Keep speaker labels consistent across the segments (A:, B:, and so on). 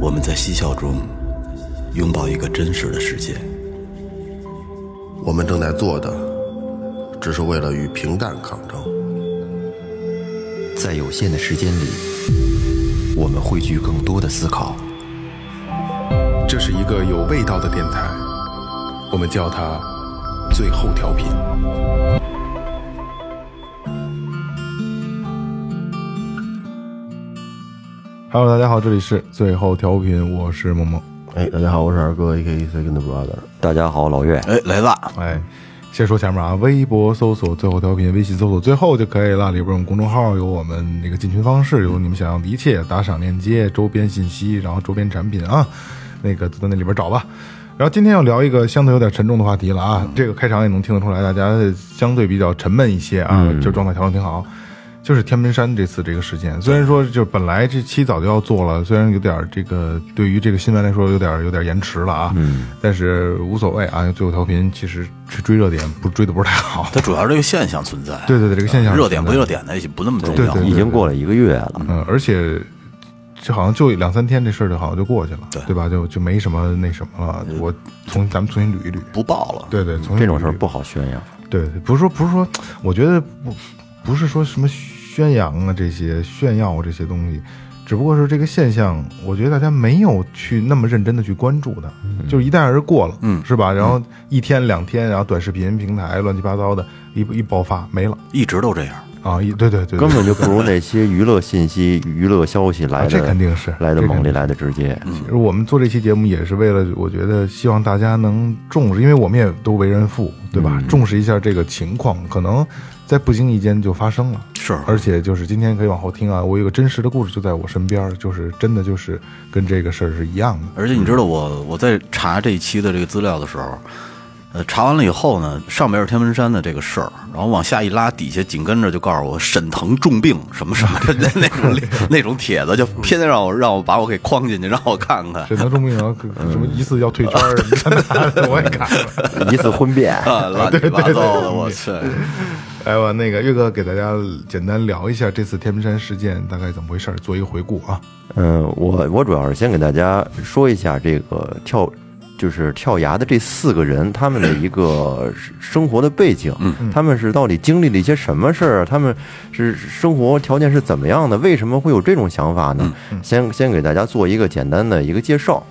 A: 我们在嬉笑中拥抱一个真实的世界。
B: 我们正在做的，只是为了与平淡抗争。
C: 在有限的时间里，我们汇聚更多的思考。
D: 这是一个有味道的电台，我们叫它“最后调频
E: 哈喽，大家好，这里是最后调频，我是萌萌。
B: 哎，大家好，我是二哥 A K E Second Brother。
C: 大家好，老岳，
A: 哎，来吧，
E: 哎，先说前面啊，微博搜索最后调频，微信搜索最后就可以了。里边有我们公众号，有我们那个进群方式，有你们想要的一切，打赏链接、周边信息，然后周边产品啊，那个都在那里边找吧。然后今天要聊一个相对有点沉重的话题了啊，这个开场也能听得出来，大家相对比较沉闷一些啊，就状态调整挺好。就是天门山这次这个事件，虽然说就是本来这期早就要做了，虽然有点这个对于这个新闻来说有点有点延迟了啊，嗯，但是无所谓啊，最后调频其实是追热点，不追的不是太好，
A: 它主要是这个现象存在。
E: 对对对这个现象
A: 热点
E: 存在
A: 归热点的，也不那么重
E: 对
A: 要。
E: 对
C: 已经过了一个月了，
E: 嗯，而且这好像就两三天这事儿就好像就过去了，
A: 对
E: 对吧？就就没什么那什么了，我重咱们重新捋一捋，
A: 不报了。
E: 对对，嗯重新
C: 这种事儿
E: 捋一捋
C: 不好宣扬。
E: 对，对不是说不是说，我觉得不不是说什么宣扬啊这些炫耀啊这些东西，只不过是这个现象，我觉得大家没有去那么认真的去关注它，
C: 嗯
E: 就是一带而过了，嗯，是吧？然后一天两天，然后短视频平台乱七八糟的，一一爆发没了
A: 一直都这样。
E: 啊！一对对对，对
C: 根本就不如那些娱乐信息、娱乐消息来
E: 啊
C: 的，
E: 这肯定是
C: 来
E: 这
C: 的
E: 肯
C: 猛烈，
E: 定嗯
C: 来的直接。
E: 其实我们做这期节目也是为了，我觉得希望大家能重视，因为我们也都为人父，对吧？
C: 嗯
E: 重视一下这个情况，可能在不经意间就发生了。
A: 是
E: 而且就是今天可以往后听啊，我有个真实的故事就在我身边，就是真的就是跟这个事儿是一样的。
A: 而且你知道我我在查这一期的这个资料的时候，呃，查完了以后呢，上边是天门山的这个事儿，然后往下一拉，底下紧跟着就告诉我沈腾重病什么什么的那那种那种帖子，就偏偏让我让我把我给框进去，让我看看
E: 沈腾中病然 后啊什么疑似要退圈儿什么的， 我也看了。
C: 一次婚变，
A: 啊，乱七八糟的，我去，
E: 来吧，哎那个岳哥给大家简单聊一下这次天门山事件大概怎么回事儿，做一个回顾啊。
C: 嗯，我我主要是先给大家说一下这个跳，就是跳崖的这四个人他们的一个生活的背景，他们是到底经历了一些什么事儿，他们是生活条件是怎么样的，为什么会有这种想法呢？先先给大家做一个简单的一个介绍。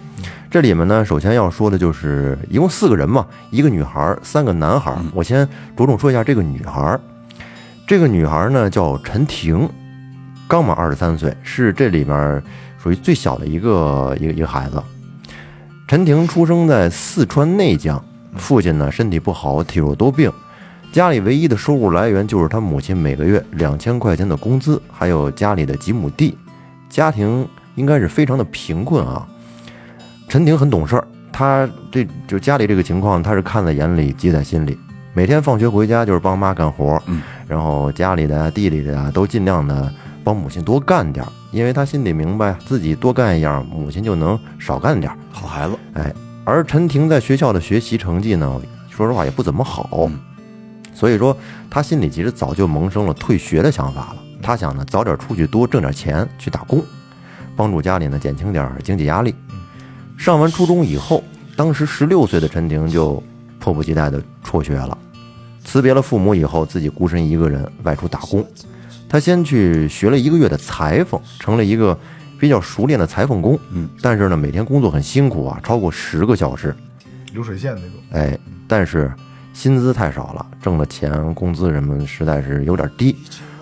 C: 这里面呢，首先要说的就是一共四个人嘛，一个女孩儿，三个男孩儿。我先着重说一下这个女孩儿，这个女孩儿呢叫陈婷，刚满二十三岁，是这里面属于最小的一个一个一个孩子。陈婷出生在四川内江，父亲呢身体不好，体弱多病，家里唯一的收入来源就是他母亲每个月两千块钱的工资，还有家里的几亩地，家庭应该是非常的贫困啊。陈婷很懂事儿，她这就家里这个情况，她是看在眼里，记在心里。每天放学回家就是帮妈干活，
A: 嗯，
C: 然后家里的呀、地里的呀都尽量的帮母亲多干点儿，因为她心里明白自己多干一样，母亲就能少干点儿。
A: 好孩子，
C: 而陈婷在学校的学习成绩呢，说实话也不怎么好
A: 嗯，
C: 所以说她心里其实早就萌生了退学的想法了。她想呢，早点出去多挣点钱去打工，帮助家里呢减轻点儿经济压力。上完初中以后，当时十六岁的陈婷就迫不及待的辍学了，辞别了父母以后，自己孤身一个人外出打工。她先去学了一个月的裁缝，成了一个比较熟练的裁缝工。但是呢，每天工作很辛苦啊，超过十个小时，
E: 流水线那种，
C: 哎，但是薪资太少了，挣的钱、工资什么实在是有点低。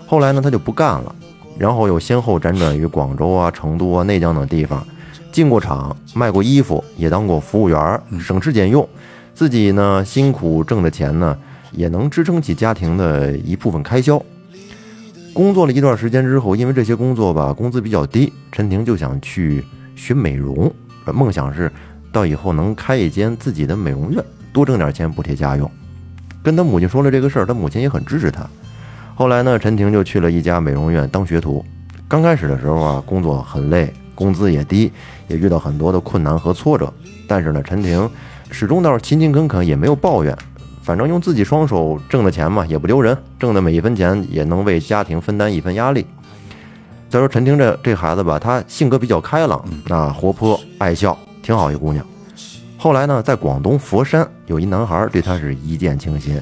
C: 后来呢，他就不干了，然后又先后辗转于广州啊、成都啊、内江等地方，进过厂，卖过衣服，也当过服务员儿，省吃俭用，自己呢辛苦挣的钱呢，也能支撑起家庭的一部分开销。工作了一段时间之后，因为这些工作吧，工资比较低，陈婷就想去学美容，呃梦想是到以后能开一间自己的美容院，多挣点钱补贴家用。跟他母亲说了这个事儿，他母亲也很支持他。后来呢，陈婷就去了一家美容院当学徒。刚开始的时候啊，工作很累，工资也低，也遇到很多的困难和挫折。但是呢，陈婷始终倒是勤勤恳恳，也没有抱怨。反正用自己双手挣的钱嘛，也不丢人，挣的每一分钱也能为家庭分担一份压力。再说陈婷这这孩子吧，她性格比较开朗，啊，活泼爱笑，挺好一姑娘。后来呢，在广东佛山有一男孩对她是一见倾心，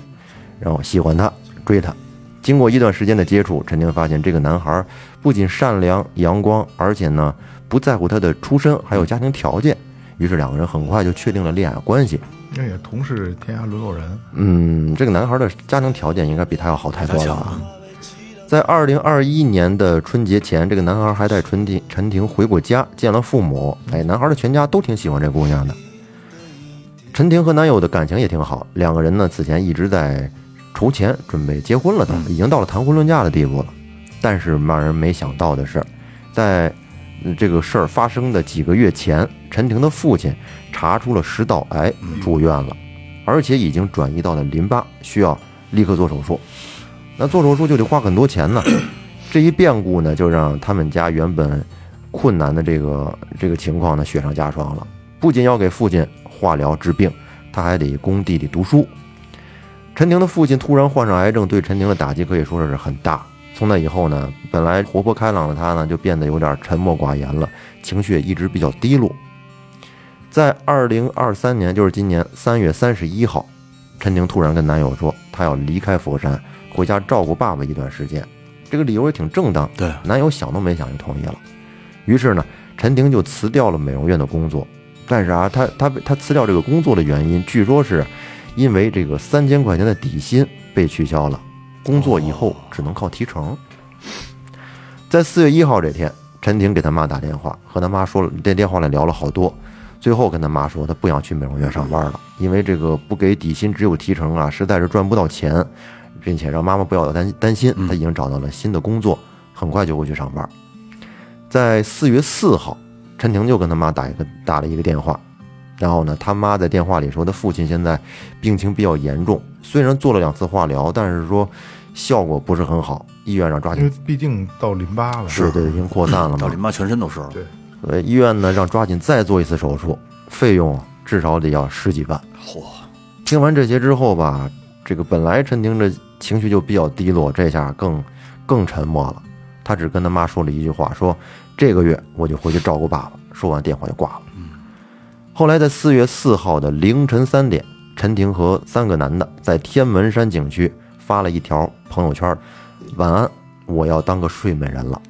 C: 然后喜欢她，追她。经过一段时间的接触，陈婷发现这个男孩不仅善良阳光，而且呢不在乎她的出身还有家庭条件。于是两个人很快就确定了恋爱关系。
E: 那也同是天涯沦落人，
C: 嗯，这个男孩的家庭条件应该比他要好太多了啊。在二零二一年的春节前，这个男孩还带陈婷陈婷回过家，见了父母。哎，男孩的全家都挺喜欢这姑娘的。陈婷和男友的感情也挺好，两个人呢此前一直在筹钱准备结婚了的，已经到了谈婚论嫁的地步了。但是让人没想到的是，在嗯这个事儿发生的几个月前，陈婷的父亲查出了食道癌，住院了，而且已经转移到了淋巴，需要立刻做手术。那做手术就得花很多钱呢。 这一变故呢，就让他们家原本困难的这个这个情况呢雪上加霜了。不仅要给父亲化疗治病，他还得供弟弟读书。陈婷的父亲突然患上癌症，对陈婷的打击可以说是很大。从那以后呢，本来活泼开朗的他呢，就变得有点沉默寡言了，情绪也一直比较低落。在二零二三年，就是今年三月三十一号，陈婷突然跟男友说，她要离开佛山，回家照顾爸爸一段时间。这个理由也挺正当，
A: 对
C: 男友想都没想就同意了。于是呢，陈婷就辞掉了美容院的工作。但是啊，她她她辞掉这个工作的原因，据说是因为这个三千块钱的底薪被取消了，工作以后只能靠提成。在四月一号这天，陈婷给她妈打电话，和她妈说了电电话里聊了好多，最后跟她妈说她不想去美容院上班了，因为这个不给底薪只有提成啊，实在是赚不到钱，并且让妈妈不要担担心，她已经找到了新的工作，很快就会去上班。在四月四号，陈婷就跟她妈打一个打了一个电话，然后呢，他妈在电话里说，他父亲现在病情比较严重，虽然做了两次化疗，但是说效果不是很好，医院让抓
E: 因为
C: 紧，
E: 毕竟到淋巴了，
C: 对对，已经扩散了
A: 到
C: 嘛
A: 淋，巴全身都是了。
E: 对
C: 呃，医院呢让抓紧再做一次手术，费用至少得要十几万。
A: 嚯，
C: 听完这些之后吧，这个本来陈婷这情绪就比较低落，这下更更沉默了。她只跟她妈说了一句话，说这个月我就回去照顾爸爸。说完电话就挂了。后来在四月四号的凌晨三点，陈婷和三个男的在天门山景区发了一条朋友圈：“晚安，我要当个睡美人了。”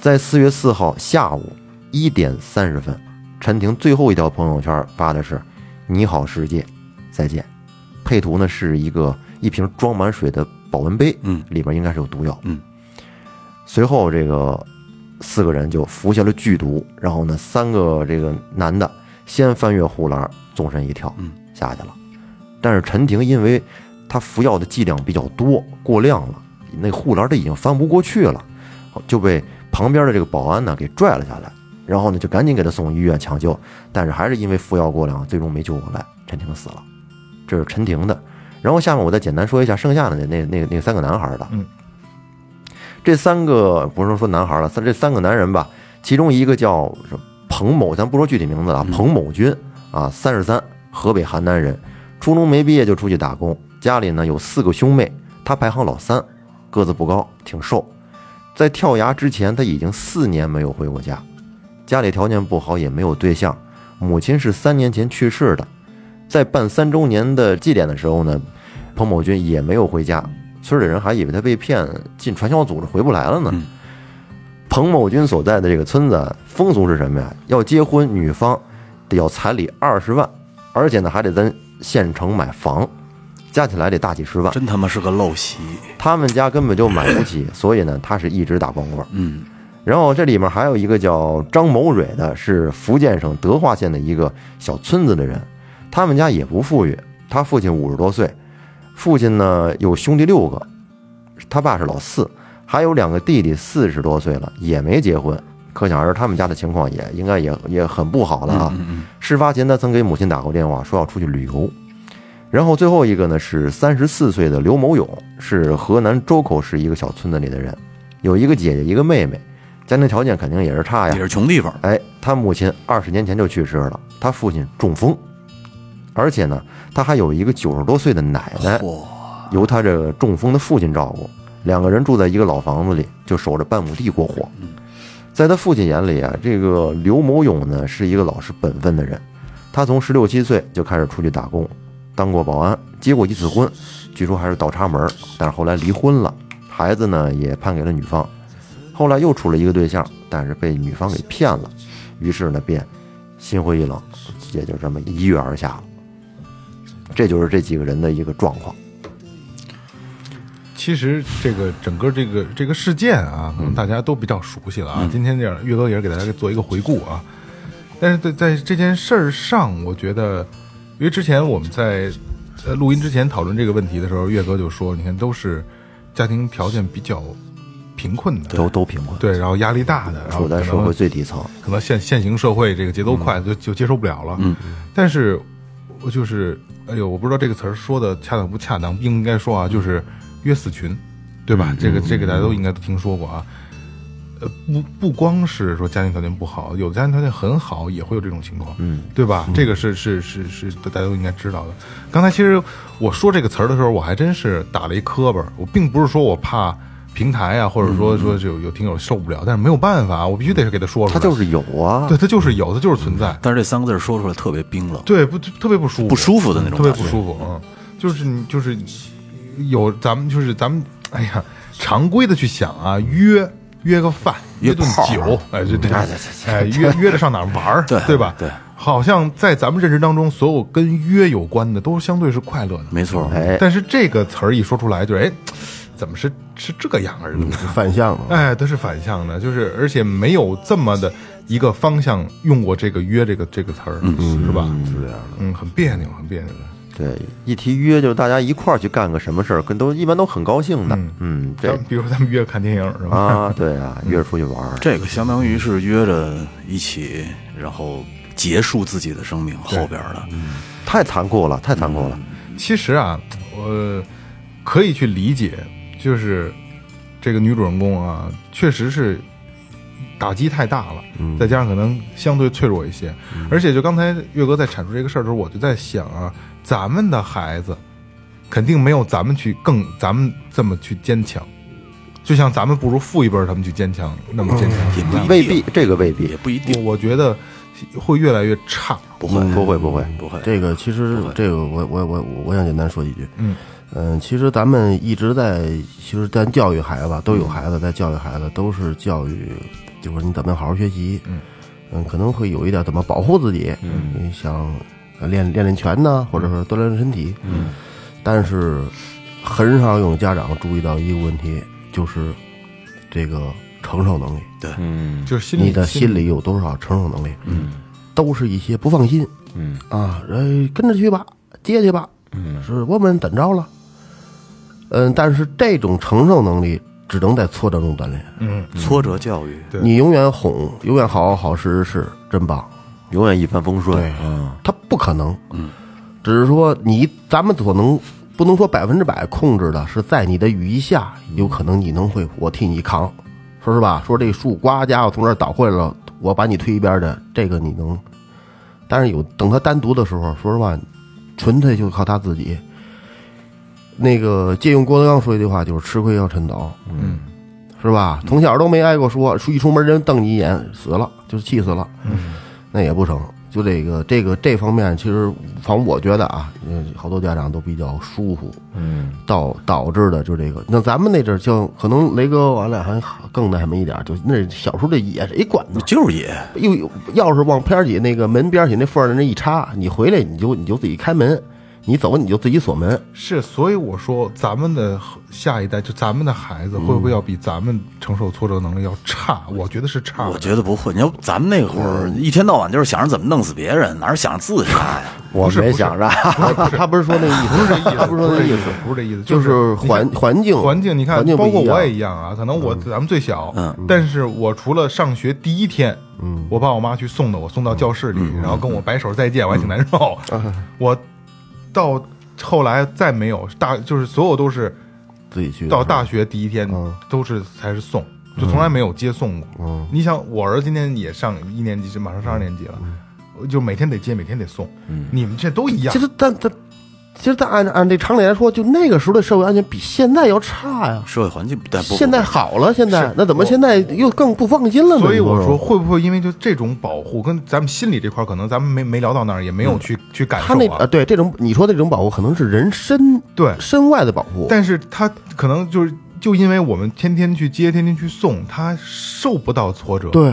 C: 在四月四号下午一点三十分，陈婷最后一条朋友圈发的是“你好，世界，再见”，配图呢是一个一瓶装满水的保温杯，
A: 嗯，
C: 里边应该是有毒药，
A: 嗯。
C: 随后这个四个人就服下了剧毒，然后呢，三个这个男的先翻越护栏，纵身一跳，
A: 嗯，
C: 下去了。但是陈婷因为她服药的剂量比较多，过量了，那护栏都已经翻不过去了，就被旁边的这个保安呢给拽了下来，然后呢就赶紧给她送医院抢救，但是还是因为服药过量，最终没救过来，陈婷死了。这是陈婷的，然后下面我再简单说一下剩下的那那那那三个男孩的，
E: 嗯，
C: 这三个不是说男孩了，三这三个男人吧，其中一个叫什么彭某，咱不说具体名字了啊，彭某军啊，三十三，河北邯郸人，初中没毕业就出去打工，家里呢有四个兄妹，他排行老三，个子不高，挺瘦，在跳崖之前他已经四年没有回过家，家里条件不好，也没有对象，母亲是三年前去世的，在办三周年的祭奠的时候呢，彭某军也没有回家，村里人还以为他被骗进传销组织回不来了呢。彭某军所在的这个村子风俗是什么呀？要结婚，女方得要彩礼二十万，而且呢还得在县城买房，加起来得大几十万。
A: 真他妈是个陋习。
C: 他们家根本就买不起，所以呢，他是一直打光棍。
A: 嗯，
C: 然后这里面还有一个叫张某蕊的，是福建省德化县的一个小村子的人，他们家也不富裕，他父亲五十多岁，父亲呢有兄弟六个，他爸是老四，还有两个弟弟四十多岁了，也没结婚。可想而知，他们家的情况也应该也也很不好了
A: 嗯
C: 啊。事发前，他曾给母亲打过电话，说要出去旅游。然后最后一个呢是三十四岁的刘某勇，是河南周口市一个小村子里的人，有一个姐姐，一个妹妹，家庭条件肯定也是差呀
A: 也，是穷地方。
C: 哎，他母亲二十年前就去世了，他父亲中风，而且呢，他还有一个九十多岁的奶奶，
A: 嚯，
C: 由他这个中风的父亲照顾。两个人住在一个老房子里，就守着半亩地过活。在他父亲眼里啊，这个刘某勇呢是一个老实本分的人，他从十六七岁就开始出去打工，当过保安，结过一次婚，据说还是倒插门儿，但是后来离婚了，孩子呢也判给了女方，后来又处了一个对象，但是被女方给骗了，于是呢便心灰意冷，也就这么一跃而下了。这就是这几个人的一个状况。
E: 其实这个整个这个这个事件啊，可能大家都比较熟悉了
C: 嗯
E: 啊。今天这样，岳哥也是给大家做一个回顾啊。但是在在这件事儿上，我觉得，因为之前我们在呃录音之前讨论这个问题的时候，岳哥就说，你看都是家庭条件比较贫困的，
C: 都都贫困，
E: 对，然后压力大的，然后
C: 处在
E: 可能
C: 社会最底层。
E: 可能现现行社会这个节奏快，就就接受不了了。嗯，但是我就是，哎呦，我不知道这个词儿说的恰当不恰当，应该说啊，就是约死群，对吧？这个这个大家都应该都听说过啊。呃，不不光是说家庭条件不好，有的家庭条件很好也会有这种情况，嗯，对吧？这个是是是是大家都应该知道的。刚才其实我说这个词儿的时候，我还真是打了一磕巴儿，我并不是说我怕。平台啊，或者说说有有听友受不了，但是没有办法，我必须得给他说出
C: 他
E: 来。
C: 就是有啊
E: 对，，它就是有，它就是存在。
A: 但是这三个字儿说出来特别冰冷，
E: 对，不特别不舒服，
A: 不舒服的那种
E: 特别
A: 感
E: 不
A: 觉
E: 舒服。嗯，就是你就是有咱们就是咱们，哎呀，常规的去想啊，约约个饭，
A: 约
E: 约顿
A: 炮啊嗯
E: 酒，哎，对对，
C: 哎
E: 哎，约约着上哪儿玩儿，
A: 对
E: 对吧？
A: 对，
E: 好像在咱们认知当中，所有跟约有关的都相对是快乐的，
A: 没错，
C: 哎，
E: 但是这个词儿一说出来，就是哎，怎么是嗯是这个样儿的？
B: 反向了。
E: 哎，它是反向的，就是而且没有这么的一个方向用过这个“约”这个这个词儿，是吧？是这样的，嗯，很别扭，很别扭的。
C: 对，一提约就是大家一块儿去干个什么事儿，跟都一般都很高兴的。嗯，
E: 咱
C: 这
E: 们比如说咱们约看电影是吧？
C: 啊，对啊，约着出去玩
E: 嗯
C: 儿，
A: 这个相当于是约着一起，然后结束自己的生命后边儿的，
C: 太残酷了，太残酷了。
E: 其实啊，我可以去理解，就是这个女主人公啊，确实是打击太大了，再加上可能相对脆弱一些，而且就刚才岳哥在阐述这个事儿的时候，我就在想啊，咱们的孩子肯定没有咱们去更咱们这么去坚强，就像咱们不如父一辈儿他们去坚强那么坚强
A: 也
E: 一
A: 不
E: 样，
A: 一
C: 未必，这个未
A: 也
C: 必，
A: 不一定
E: 我我觉得会越来越差，
A: 不会
C: 不会不会，
A: 嗯
E: 嗯
A: 不会，
B: 这个其实
A: 会
B: 这个我我我我想简单说几句。
E: 嗯
B: 嗯，其实咱们一直在，其实咱教育孩子，都有孩子在教育孩子，都是教育，就是你怎么好好学习。
E: 嗯
B: 嗯可能会有一点怎么保护自己，嗯，想练练练拳呐，或者说锻炼身体。嗯，但是很少有家长注意到一个问题，就是这个承受能力，
C: 嗯，
E: 就是心理
B: 你的
E: 心
B: 心里有多少承受能力？嗯，都是一些不放心。
C: 嗯
B: 啊，呃，跟着去吧，接去吧，嗯，是我们怎着了？嗯，但是这种承受能力只能在挫折中锻炼。
E: 嗯。
A: 挫折教育，
E: 对
B: 你永远哄，永远好好好实实是，真棒。
C: 永远一帆风顺
B: 对
C: 啊。
B: 它不可能，嗯，只是说你咱们所能不能说百分之百控制的是在你的羽翼下，有可能你能会我替你扛，说是吧？说这树呱家伙从这儿倒过来了，我把你推一边儿去，这个你能。但是有等他单独的时候，说实话，纯粹就靠他自己。那个借用郭德纲说一句话，就是吃亏要趁早，
E: 嗯，
B: 是吧？从小都没挨过说，出一出门人瞪你一眼，死了就是气死了。那也不成。就这个这个这方面，其实反正我觉得啊，呃好多家长都比较疏忽，嗯，导导致的就这个。那咱们那阵儿就可能雷哥完了还更那什么一点儿，就那小时候这也谁管呢？
A: 就是也
B: 又有钥匙往偏儿起那个门边儿起那缝儿那一插，你回来你就你就自己开门，你走你就自己锁门。
E: 是，所以我说咱们的下一代，就咱们的孩子，会不
B: 嗯
E: 会要比咱们承受挫折能力要差？我觉得是差的。
A: 我觉得不会。你要咱们那会儿一天到晚就是想着怎么弄死别人，哪是想着自杀呀？
C: 我没 想着，
B: 他他不是说那意思，不是他不是说那意思，
E: 不是这意思，
B: 就是是
E: 你看
B: 环环境
E: 环境，你看
B: 环，境不
E: 包括
B: 一样嗯
E: 我也一样啊。可能我咱们最小，但是我除了上学第一天，
B: 嗯
E: 我爸我妈去送的，我送到教室里，然后跟我摆手再见，我
B: 嗯
E: 还挺难受。
B: 啊
E: 我到后来再没有大，就是所有都是
B: 自己去
E: 到大学第一天
B: 嗯
E: 都是才是送，就从来没有接送过。你想，我儿子今天也上一年级，
B: 嗯
E: 马上上二年级了，就每天得接，每天得送。你们这都一样
B: 其，实但但其实，但按按这常理来说，就那个时候的社会安全比现在要差呀。
A: 社会环境但不
B: 现在好了，现在那怎么现在又更不放心了呢？
E: 所以我
B: 你
E: 说，会不会因为就这种保护，跟咱们心理这块儿，可能咱们没没聊到那儿，也没有去、去感
B: 嗯他
E: 受
B: 那
E: 啊。
B: 呃，对这种你说的这种保护，可能是人身
E: 对
B: 身外的保护，
E: 但是他可能就是就因为我们天天去接，天天去送，他受不到挫折。，
B: 对，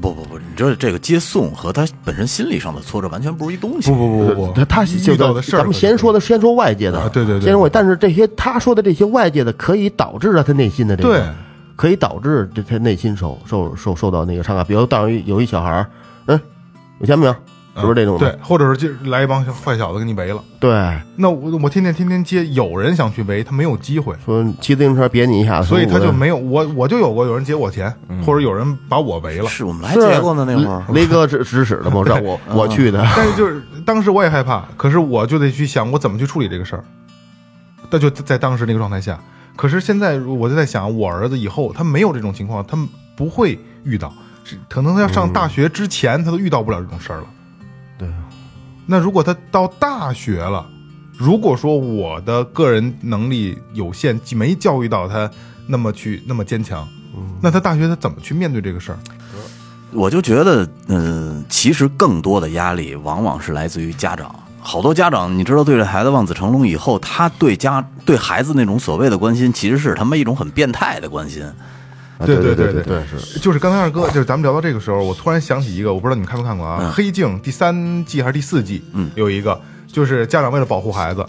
A: 不不不，你知道这个接送和他本身心理上的挫折完全不是一东西。
E: 不不不不
B: 他
E: 不，
B: 他
E: 遇到的事儿，
B: 咱们先说的，先说外界的
E: 啊，对对对
B: 先说外，但是这些他说的这些外界的，可以导致了他内心的这个，
E: 对，
B: 可以导致这他内心受受受受到那个伤害，比如当有一有一小孩儿，嗯，有钱没有？
E: 啊
B: 是不是这种的？
E: 嗯对，或者是就来一帮小坏小子给你围了。
B: 对，
E: 那我我天天天天接，有人想去围，他没有机会，
B: 说骑自行车别你一下，
E: 所以他
B: 我嗯
E: 就没有我我就有过有人劫我钱，或者有人把我围了。
A: 是啊我们来结过呢那会儿，
B: 雷雷哥指指使的嘛，让 我我去的，
E: 但是就是当时我也害怕，可是我就得去想我怎么去处理这个事儿。那就在当时那个状态下，可是现在我就在想，我儿子以后他没有这种情况，他不会遇到，是可能他要上大学之前他都遇到不了这种事儿了。
B: 对，
E: 那如果他到大学了，如果说我的个人能力有限，没教育到他那么去那么坚强，那他大学他怎么去面对这个事儿？
A: 我就觉得，嗯、其实更多的压力往往是来自于家长。好多家长，你知道，对这孩子望子成龙以后，他对家对孩子那种所谓的关心，其实是他妈一种很变态的关心。
C: 啊
E: 对
C: 对
E: 对对
C: 对
E: 对，是就是刚才二哥，就是咱们聊到这个时候，我突然想起一个，我不知道你们看没看过啊，
A: 嗯
E: 黑镜》第三季还是第四季，嗯，有一个就是家长为了保护孩子，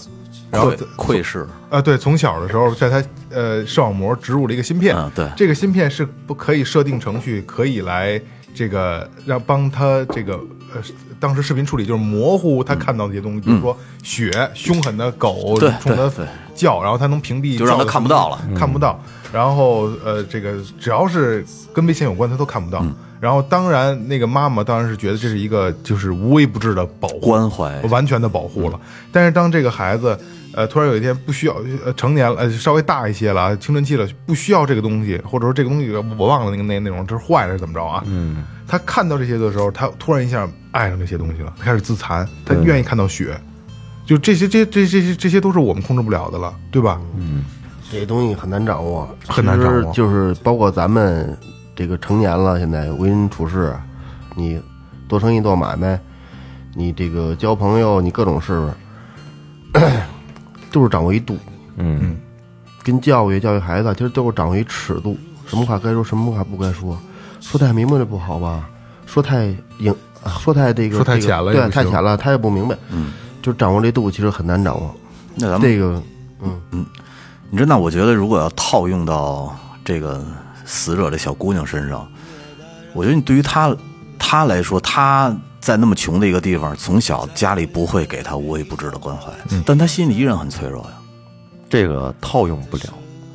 E: 然后
A: 窥窥视，
E: 呃，对，从小的时候在他呃视网膜植入了一个芯片，
A: 嗯对
E: 这个芯片是不可以设定程序，可以来这个让帮他这个呃，当时视频处理就是模糊他看到的一些东西，比如说血、凶狠的狗
A: 嗯对
E: 冲他
A: 对对
E: 叫，然后他能屏蔽，
A: 就让他看不到了，
E: 看不到。然后呃，这个只要是跟危险有关，他都看不到。然后当然，那个妈妈当然是觉得这是一个就是无微不至的保护，
A: 关怀。
E: 完全的保护了。但是当这个孩子，呃，突然有一天不需要，呃，成年了，呃，稍微大一些了，青春期了，不需要这个东西，或者说这个东西我忘了那个那那种这是坏了是怎么着啊？嗯，他看到这些的时候，他突然一下爱上这些东西了，他开始自残，他愿意看到血，就这些这这这些这些都是我们控制不了的了，对吧？嗯，
B: 这东西很难掌握，
E: 很难掌握
B: 其实就是包括咱们这个成年了，现在为人处事，你做生意做买卖，你这个交朋友，你各种事儿， 都是掌握一度。
C: 嗯，
B: 跟教育教育孩子，其实都是掌握一尺度，什么话该说，什么话不该说，说太明白了不好吧？说太影，啊说太这个
E: 说太
B: 这个
E: 浅了也
B: 对，
E: 不
B: 太
E: 行
B: 浅了，他也不明白。嗯，就掌握这度其实很难掌握。
A: 那咱们
B: 这个，嗯，
A: 你知道，我觉得如果要套用到这个死者这小姑娘身上，我觉得你对于她她来说，她在那么穷的一个地方，从小家里不会给她无微不至的关怀，
E: 嗯
A: 但她心里依然很脆弱呀。
C: 这个套用不了。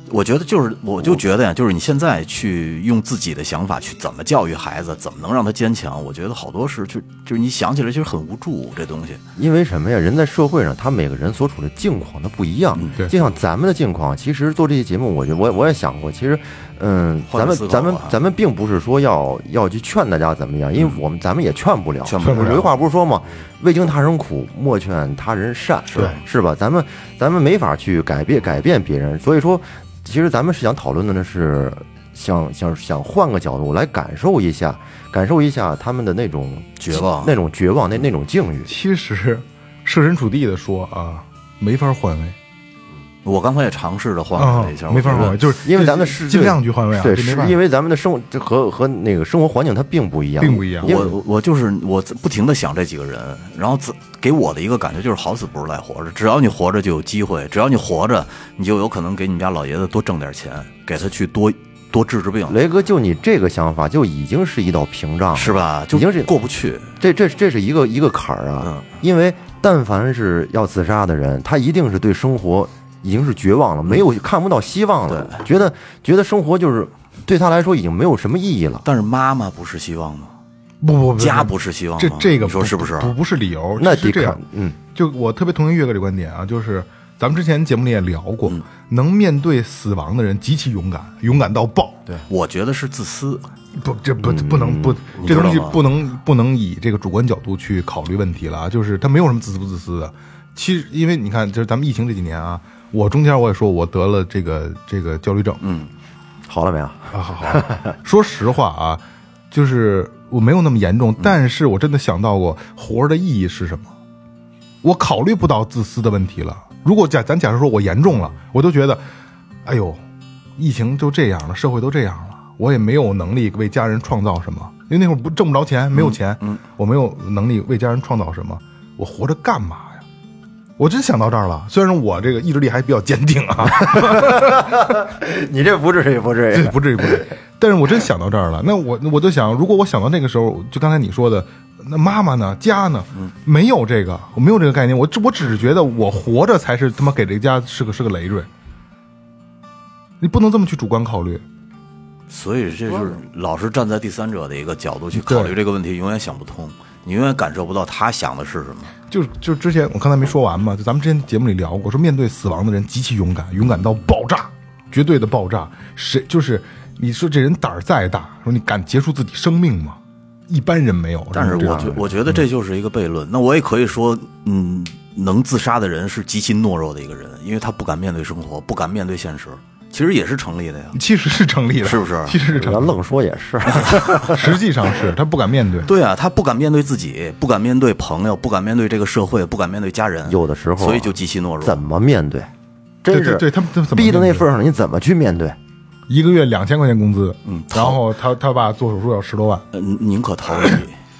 A: 我觉得就是，我就觉得呀，就是你现在去用自己的想法去怎么教育孩子，怎么能让他坚强？我觉得好多事就就是你想起来其实很无助，这东西
C: 因为什么呀？人在社会上，他每个人所处的境况他不一样。
E: 对
C: 就像咱们的境况，其实做这些节目，我觉我我也想过，其实，嗯，
A: 换
C: 咱
A: 位
C: 们
A: 思考
C: 咱们
A: 啊
C: 咱们并不是说要要去劝大家怎么样，因为我们咱们也劝不了。
A: 劝不了
C: 有句话不是说吗？未经他人苦，莫劝他人善，是
E: 对
C: 是吧？咱们咱们没法去改变改变别人，所以说，其实咱们是想讨论的呢是。想想想换个角度来感受一下，感受一下他们的那种
A: 绝望
C: 那种绝望，那那种境遇。
E: 其实设身处地的说啊，没法换位
A: 我刚才也尝试着换
E: 啊
A: 了一下，，
E: 没法换位，
A: 位。
E: 就是
C: 因为咱们
E: 就是尽量去换位啊，
C: 对，
E: 这没
C: 是
E: 办法
C: 因为咱们的生这和和那个生活环境它并不一样，
E: 并不一样
C: 因为
A: 我我就是我不停的想这几个人，然后自给我的一个感觉就是好死不如赖活着，只要你活着就有机会，只要你活着，你就有可能给你们家老爷子多挣点钱，给他去多多治治病，
C: 雷哥，就你这个想法就已经是一道屏障了，
A: 是吧？就
C: 已经是
A: 过不去，
C: 这这这是一个一个坎儿啊，因为但凡是要自杀的人，他一定是对生活已经是绝望了，没有看不到希望了，觉得觉得生活就是对他来说已经没有什么意义了。
A: 但是妈妈不是希望吗？
E: 不不不
A: 家不是希望吗
E: 这
C: 啊
E: 这个
A: 你说是不是？
E: 不不是理由，
C: 那
E: 是
C: 得
E: 这样
C: 看，，嗯，
E: 就我特别同意岳哥这观点啊，就是咱们之前节目里也聊过，
C: 嗯
E: 能面对死亡的人极其勇敢，勇敢到爆。对，
A: 我觉得是自私。
E: 不，这不不能不，
A: 嗯你
E: 这
A: 知道
E: 东西
A: 吗
E: 不能不能以这个主观角度去考虑问题了啊，就是他没有什么自私不自私的。其实因为你看，就是咱们疫情这几年啊，我中间我也说我得了这个这个焦虑症，嗯，
C: 好了没有？
E: 啊，好好。说实话啊，就是我没有那么严重，但是我真的想到过活着的意义是什么。我考虑不到自私的问题了。如果假咱假设说我严重了，我都觉得，哎呦，疫情就这样了，社会都这样了，我也没有能力为家人创造什么，因为那会儿不挣不着钱，没有钱，我没有能力为家人创造什么，我活着干嘛呀？我真想到这儿了。虽然我这个意志力还比较坚定啊，
C: 你这不至于，不至
E: 这
C: 于。
E: 不至于，不至于。但是我真想到这儿了，那我我就想，如果我想到那个时候，就刚才你说的，那妈妈呢，家呢，
A: 嗯
E: 没有这个，我没有这个概念，我只我只是觉得我活着才是他妈给这个家是个是个累赘，你不能这么去主观考虑。
A: 所以这就是老是站在第三者的一个角度去考虑这个问题，永远想不通，你永远感受不到他想的是什么。
C: 嗯
E: 就是就之前我刚才没说完嘛，就咱们之前节目里聊过，说面对死亡的人极其勇敢，勇敢到爆炸，绝对的爆炸。谁就是你说这人胆儿再大，说你敢结束自己生命吗？一般人没有。
A: 但是
E: 这
A: 我
E: 样的
A: 觉
E: 人
A: 我觉得
C: 嗯
A: 这就是一个悖论。那我也可以说，嗯，能自杀的人是极其懦弱的一个人，因为他不敢面对生活，不敢面对现实，其实也是成立的呀。
C: 嗯
E: 其实是成立的，
A: 是不是
E: 其实是成
C: 咱
E: 立
C: 愣说也是，
E: 的，实际上是他不敢面对。
A: 对啊，他不敢面对自己，不敢面对朋友，不敢面对这个社会，不敢面对家人，
C: 有的时候啊
A: 所以就极其懦弱。
C: 怎么面对？
E: 对
C: 真
E: 对
C: 是
E: 对，他们他们怎么
C: 逼到那
E: 面对
C: 份儿上，你怎么去面对？
E: 一个月两千块钱工资，
A: 嗯
E: 然后他他爸做手术要十多万，
A: 呃宁可逃 离，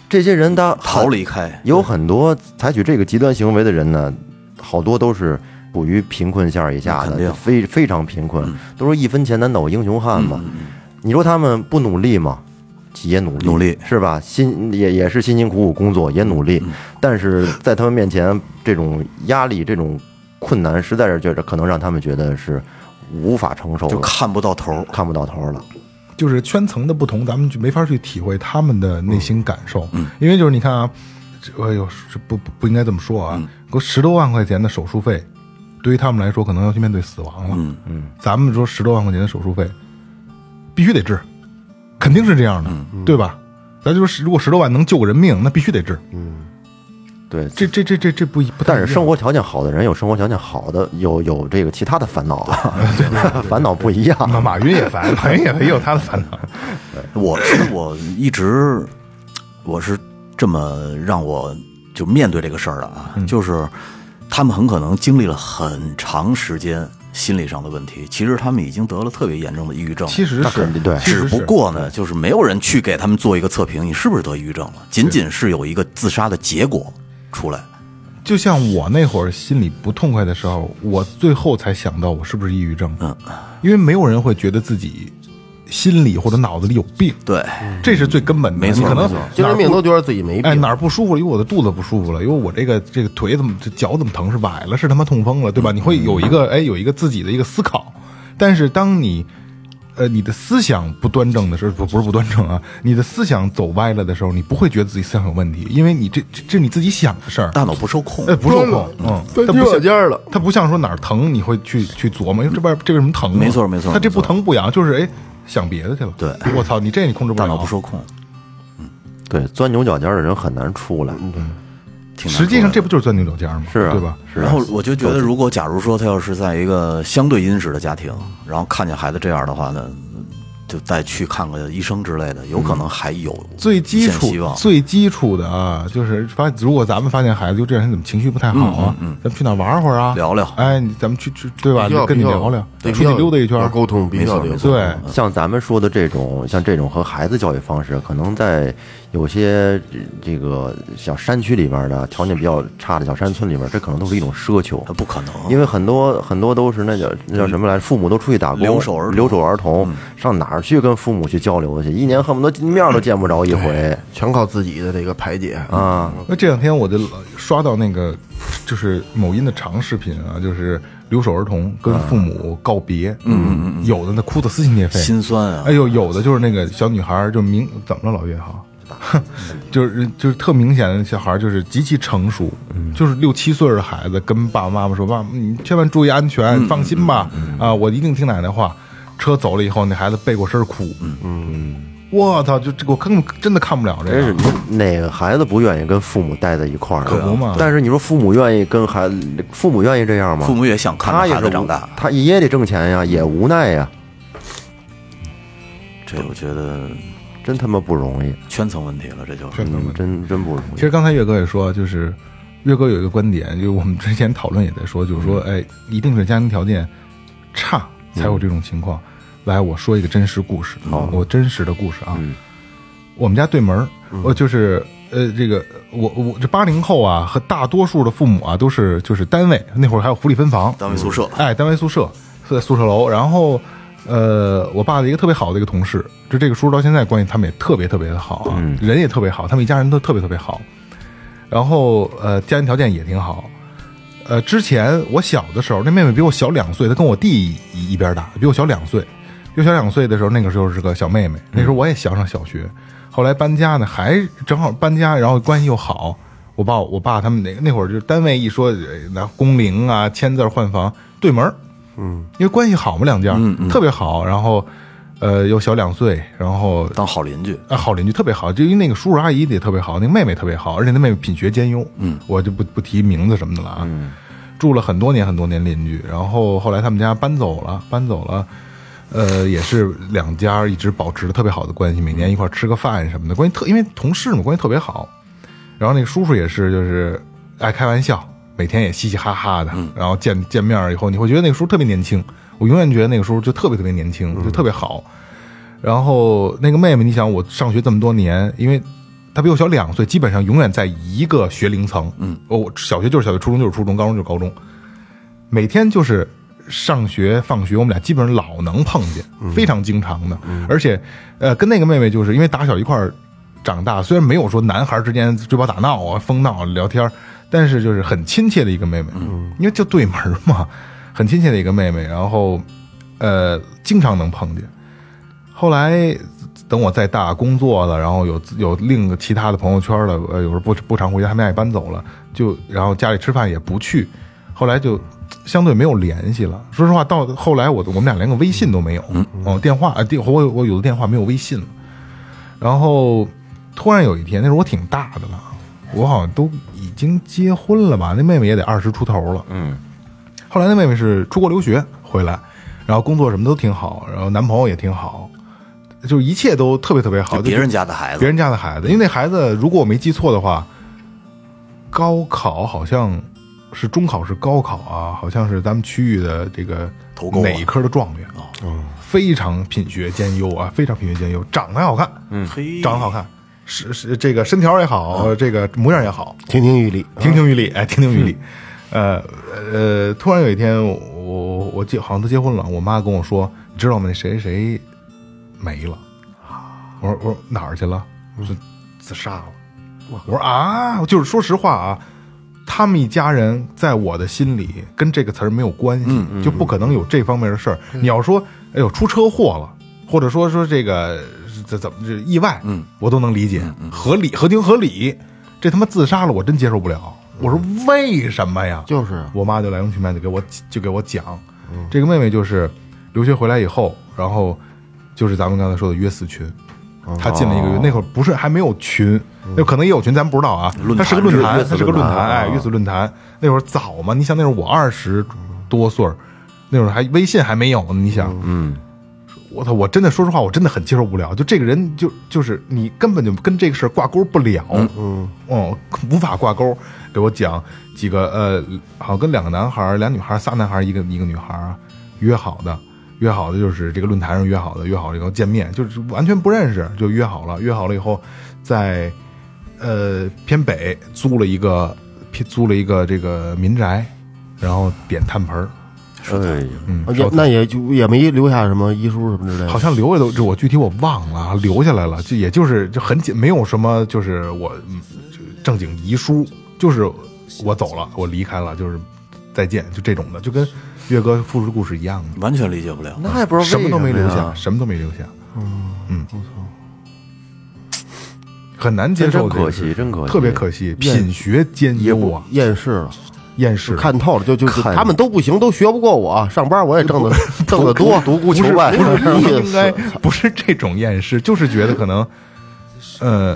C: 这些人他
A: 逃离开。
C: 有很多采取这个极端行为的人呢，好多都是处于贫困线儿以下
A: 那肯定嗯
C: 的，非非常贫困，都说一分钱难倒英雄汉嘛。你说他们不努力吗？也努力，
A: 努力嗯
C: 是吧？辛也也是辛辛苦苦工作，也努力，但是在他们面前，这种压力、这种困难，实在是觉得可能让他们觉得是无法承受的，
A: 就看不到头儿。
C: 看不到头了。
E: 就是圈层的不同，咱们就没法去体会他们的内心感受，因为就是你看啊，这哎呦，这不不不应该这么说啊，给我十多万块钱的手术费，对于他们来说可能要去面对死亡了，
A: 嗯
E: 嗯，咱们说十多万块钱的手术费，必须得治，肯定是这样的，对吧？咱就说十如果十多万能救个人命，那必须得治，
C: 对，
E: 这这这这这不一不太一
C: 但
E: 样，
C: 是生活条件好的人有生活条件好的，有有这个其他的烦恼啊， 烦恼 不一样。
E: 马马云也烦，马云也也有他的烦恼。
A: 我其实我一直我是这么让我就面对这个事儿的啊，
E: 嗯
A: 就是他们很可能经历了很长时间心理上的问题，其实他们已经得了特别严重的抑郁症了。
E: 其实
C: 那
E: 是
C: 肯定对
E: 其
A: 只
E: 实
A: 不
E: 是
A: 过呢，就是没有人去给他们做一个测评，你是不是得抑郁症了？仅仅是有一个自杀的结果出来。
E: 就像我那会儿心里不痛快的时候，我最后才想到我是不是抑郁症。
A: 嗯，
E: 因为没有人会觉得自己心里或者脑子里有病，
A: 对，
E: 这是最根本的。
A: 没错
E: 你可能
A: 没错
B: 精神病都觉得自己没
E: 哎
B: 病，
E: 哪儿不舒服了，因为我的肚子不舒服了，因为我这个这个腿怎么这脚怎么疼是崴了，是他妈痛风了，对
A: 嗯
E: 吧？你会有一个哎有一个自己的一个思考，但是当你。呃，你的思想不端正的时候，不不是不端正啊，你的思想走歪了的时候，你不会觉得自己思想有问题，因为你这这这是你自己想的事儿，
A: 大脑不受控
E: 哎，。不受控，嗯，
B: 钻
E: 它
B: 牛
E: 不
B: 角
E: 像
B: 尖儿了。
E: 它不像说哪儿疼你会去去琢磨，因为这边这为什么疼啊？
A: 没错没错
E: 它这
A: 没
E: 不
A: 错
E: 疼不痒，就是哎想别的去了。
A: 对，
E: 我操，你这你控制不啊
A: 大
E: 了，
A: 脑不受控，
C: 对，钻牛角尖儿的人很难出来。
A: 挺难
E: 实际
A: 说
E: 上
A: 的
E: 这不就是钻牛角尖儿吗？
C: 是啊
E: 对吧？
C: 是啊
A: 然后我就觉得，如果假如说他要是在一个相对殷实的家庭，然后看见孩子这样的话呢，就再去看个医生之类的，有可能还有
E: 嗯最基
A: 一线希
E: 础
A: 望。
E: 最基础的啊，就是发，如果咱们发现孩子就这两天怎么情绪不太好啊，咱们去哪儿玩会儿啊，
A: 嗯聊聊
E: 哎，你咱们去去对吧？
B: 必须要
E: 你跟你
B: 必须要
E: 聊聊，
B: 对
E: 出去溜达一圈
B: 要
E: 儿，
B: 沟通必须要
A: 没错
B: 得有
A: 没错
E: 对，
C: 像咱们说的这种，像这种和孩子教育方式，可能在有些这这个小山区里边儿的条件比较差的小山村里边儿，这可能都是一种奢求。
A: 不可能，
C: 因为很多很多都是那叫那叫什么来着，父母都出去打工，
A: 留守儿童
C: 留守儿童上哪儿去跟父母去交流去？一年恨不得面儿都见不着一回
B: 全靠自己的这个排解啊，
C: 啊！
E: 那这两天我就老刷到那个，就是某音的长视频啊，就是留守儿童跟父母告别，嗯嗯嗯，有的那哭得撕心裂肺，
A: 心酸啊
E: 哎！呦，有的就是那个小女孩儿，就明怎么了，老岳哈， 就是就是特明显的小孩，就是极其成熟，就是六七岁的孩子跟爸爸妈妈说：“爸，你千万注意安全，放心吧，啊，我一定听奶奶话。”车走了以后，那孩子背过身哭，嗯，我操，就这我根本真的看不了这
C: 真是
E: 个。
C: 你哪个孩子不愿意跟父母待在一块儿？
E: 可不嘛
C: 但是你说父母愿意跟孩子，父母愿意这样吗？
A: 父母也想看
C: 他
A: 着
C: 也
A: 孩
C: 是
A: 子
C: 无
A: 长大，
C: 他也得挣钱呀，也无奈呀，
A: 这我觉得
C: 真他妈不容易，
A: 圈层问题了，这就是
E: 圈层问题
C: 真真不容
E: 其
C: 易
E: 实。刚才岳哥也说，就是岳哥有一个观点，就是我们之前讨论也在说，就是说，哎，一定是家庭条件差才有这种情况。来，我说一个真实故事，我真实的故事啊。
C: 嗯
E: 我们家对门儿，
A: 嗯
E: 我就是呃，这个我我这八零后啊，和大多数的父母啊都是就是单位，那会儿还有福利分房，
A: 单位宿舍
E: 哎，单位宿舍在宿舍楼，然后呃，我爸的一个特别好的一个同事，就这个叔叔到现在关系他们也特别特别的好啊，
A: 嗯
E: 人也特别好，他们一家人都特别特别好，然后呃，家庭条件也挺好。呃，之前我小的时候，那妹妹比我小两岁，她跟我弟一一边大，比我小两岁。比我小两岁的时候，那个时候是个小妹妹，那时候我也想上小学。后来搬家呢，还正好搬家，然后关系又好。我爸我爸他们那那会儿就是单位一说呃拿工龄啊、签字换房对门嗯，因为关系好嘛，两家、特别好。然后，呃，又小两岁，然后
A: 当好邻居，
E: 啊，好邻居特别好，就因为那个叔叔阿姨也特别好，那个妹妹特别好，而且那妹妹品学兼优，嗯，我就不不提名字什么的了啊，住了很多年很多年邻居，然后后来他们家搬走了，搬走了，呃，也是两家一直保持着特别好的关系，每年一块儿吃个饭什么的，关系特因为同事嘛，关系特别好，然后那个叔叔也是就是爱开玩笑，每天也嘻嘻哈哈的，然后见见面以后，你会觉得那个叔叔特别年轻，我永远觉得那个叔叔就特别特别年轻，就特别好。然后那个妹妹，你想我上学这么多年，因为她比我小两岁，基本上永远在一个学龄层。嗯，我小学就是小学，初中就是初中，高中就是高中，每天就是上学放学，我们俩基本上老能碰见，非常经常的。而且，呃，跟那个妹妹就是因为打小一块儿长大，虽然没有说男孩之间追跑打闹啊、疯闹聊天儿，但是就是很亲切的一个妹妹，因为就对门儿嘛，很亲切的一个妹妹。然后，呃，经常能碰见。后来等我再大工作了，然后有有另一个其他的朋友圈了，呃，有时候不不常回家，他们家也搬走了，就然后家里吃饭也不去，后来就嘖相对没有联系了。说实话，到后来我我们俩连个微信都没有，
A: 嗯
E: 哦，电话啊，电我有我有的电话没有微信了。然后突然有一天，那时候我挺大的了，我好像都已经结婚了吧，那妹妹也得二十出头了，嗯。后来那妹妹是出国留学回来，然后工作什么都挺好，然后男朋友也挺好，就一切都特别特别好。
A: 就别人家的孩
E: 别
A: 子，
E: 人家的孩子，因为那孩子如果我没记错的话，高考好像是中考是高考啊，好像是咱们区域的这个
A: 头钩啊哦
E: 哪一科的状元啊，非常品学兼优啊，非常品学兼优，长得还好看，嗯，
A: 嘿
E: 长得好看，是是这个身条也
A: 嗯
E: 好，这个模样也好，
B: 亭亭玉立。
E: 亭亭玉立，哎，亭
A: 嗯
E: 亭玉立。呃呃，突然有一天，我我我结好像他结婚了，我妈跟我说，你知道吗？那谁谁没了。我说我说哪儿去了？我说自杀了。我说啊，就是说实话啊，他们一家人在我的心里跟这个词儿没有关系，就不可能有这方面的事儿。你要说，哎呦出车祸了，或者说说这个这怎么这意外，嗯，我都能理解，合理合情合理。这他妈自杀了，我真接受不了。我说为什么呀？
B: 就是啊
E: 我妈就来龙去脉就给我就给我讲，这个妹妹就是留学回来以后，然后就是咱们刚才说的约四群，她进了一个约，那会儿不是还没有群，那可能也有群，咱不知道啊。
A: 论坛
E: 它是个论
C: 是
E: 坛，
C: 约
E: 它
C: 四
E: 是个论
C: 论
E: 坛，
C: 坛
E: 哎，约四论坛那会儿早嘛，你想那会儿我二十多岁儿，那会儿还微信还没有呢，你想，
C: 嗯，
E: 我操，我真的说实话，我真的很接受不了，就这个人就就是你根本就跟这个事儿挂钩不了，嗯，哦，无法挂钩。给我讲几个呃，好像跟两个男孩儿、俩女孩儿、仨男孩儿、一个一个女孩儿啊约好的，约好的就是这个论坛上约好的，约好了以后见面，就是完全不认识就约好了，约好了以后在呃偏北租了一个偏租了一个这个民宅，然后点炭盆儿，
C: 哎呀，
E: 嗯，
B: 也
E: 烧炭
B: 那也就也没留下什么遗书什么
C: 嗯
B: 之类的，
E: 好像留下的这我具体我忘了啊，留下来了，就也就是就很简，没有什么就是我嗯就正经遗书，就是我走了，我离开了，就是再见，就这种的，就跟岳哥复述故事一样的，
A: 完全理解不了。
C: 那也不知道
E: 什么都没留
C: 为什么
E: 下，
C: 呀，
E: 什么都没留下。嗯，我操，很难接
C: 真
E: 受，
C: 真可惜，，真可惜，
E: 特别可惜，品学兼优啊，
B: 厌世了，
E: 厌世。
B: 看透了，就就就
A: 看
B: 他们都不行，都学不过我，啊上班我也挣的挣的多，独孤
E: 不是不 是不
B: 意
E: 应该
B: 思。
E: 不是这种厌世，就是觉得可能，呃，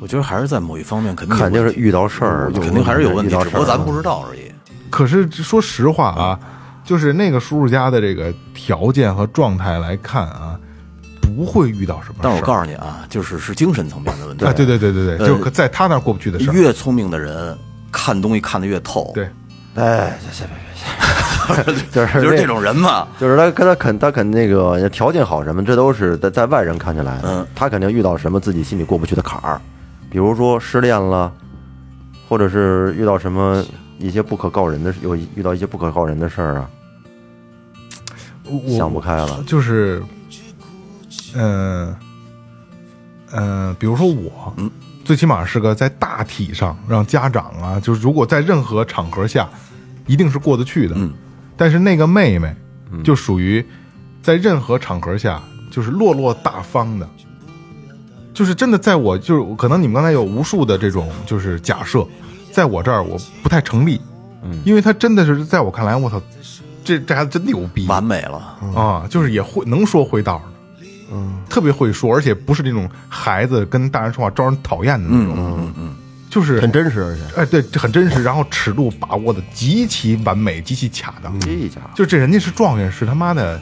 A: 我觉得还是在某一方面肯定有
C: 肯定是
A: 问题
C: 遇到事儿，
A: 肯定还是有问
C: 遇
A: 题，
C: 到
A: 只
C: 事
A: 不
C: 儿
A: 过咱
C: 了
A: 们不知道而已。
E: 可是说实话啊，
A: 嗯
E: 就是那个叔叔家的这个条件和状态来看啊，不会遇到什么事儿。
A: 但是我告诉你啊，就是是精神层面的问题。
E: 啊，对对对对对，
A: 呃
E: 就是可在他那儿过不去的事儿。
A: 越聪明的人看东西看得越透，
E: 对，
C: 哎，行行行行， 就是
A: 就是
C: 那
A: 这，种人嘛。
C: 就是他跟他肯他肯那个条件好什么，这都是在在外人看起来，
A: 嗯，
C: 他肯定遇到什么自己心里过不去的坎儿，比如说失恋了，或者是遇到什么一些不可告人的事，有遇到一些不可告人的事儿啊，
E: 我
C: 想不开了，
E: 就是，嗯、嗯、比如说我，最起码是个在大体上让家长啊，就是如果在任何场合下，一定是过得去的。
A: 嗯
E: 但是那个妹妹，就属于在任何场合下就是落落大方的。就是真的，在我就是可能你们刚才有无数的这种就是假设，在我这儿我不太成立，嗯，因为她真的是在我看来，我操，这这孩子真牛逼，
A: 完美了，
B: 嗯
E: 啊，就是也会能说会道的，嗯，特别会说，而且不是那种孩子跟大人说话招人讨厌的那种，嗯嗯，就是
B: 很真实，而且
E: 哎，对，这很真实，然后尺度把握的极其完美，极其恰
B: 嗯
E: 当，
C: 这家伙。
E: 就这人家是状元，是他妈的，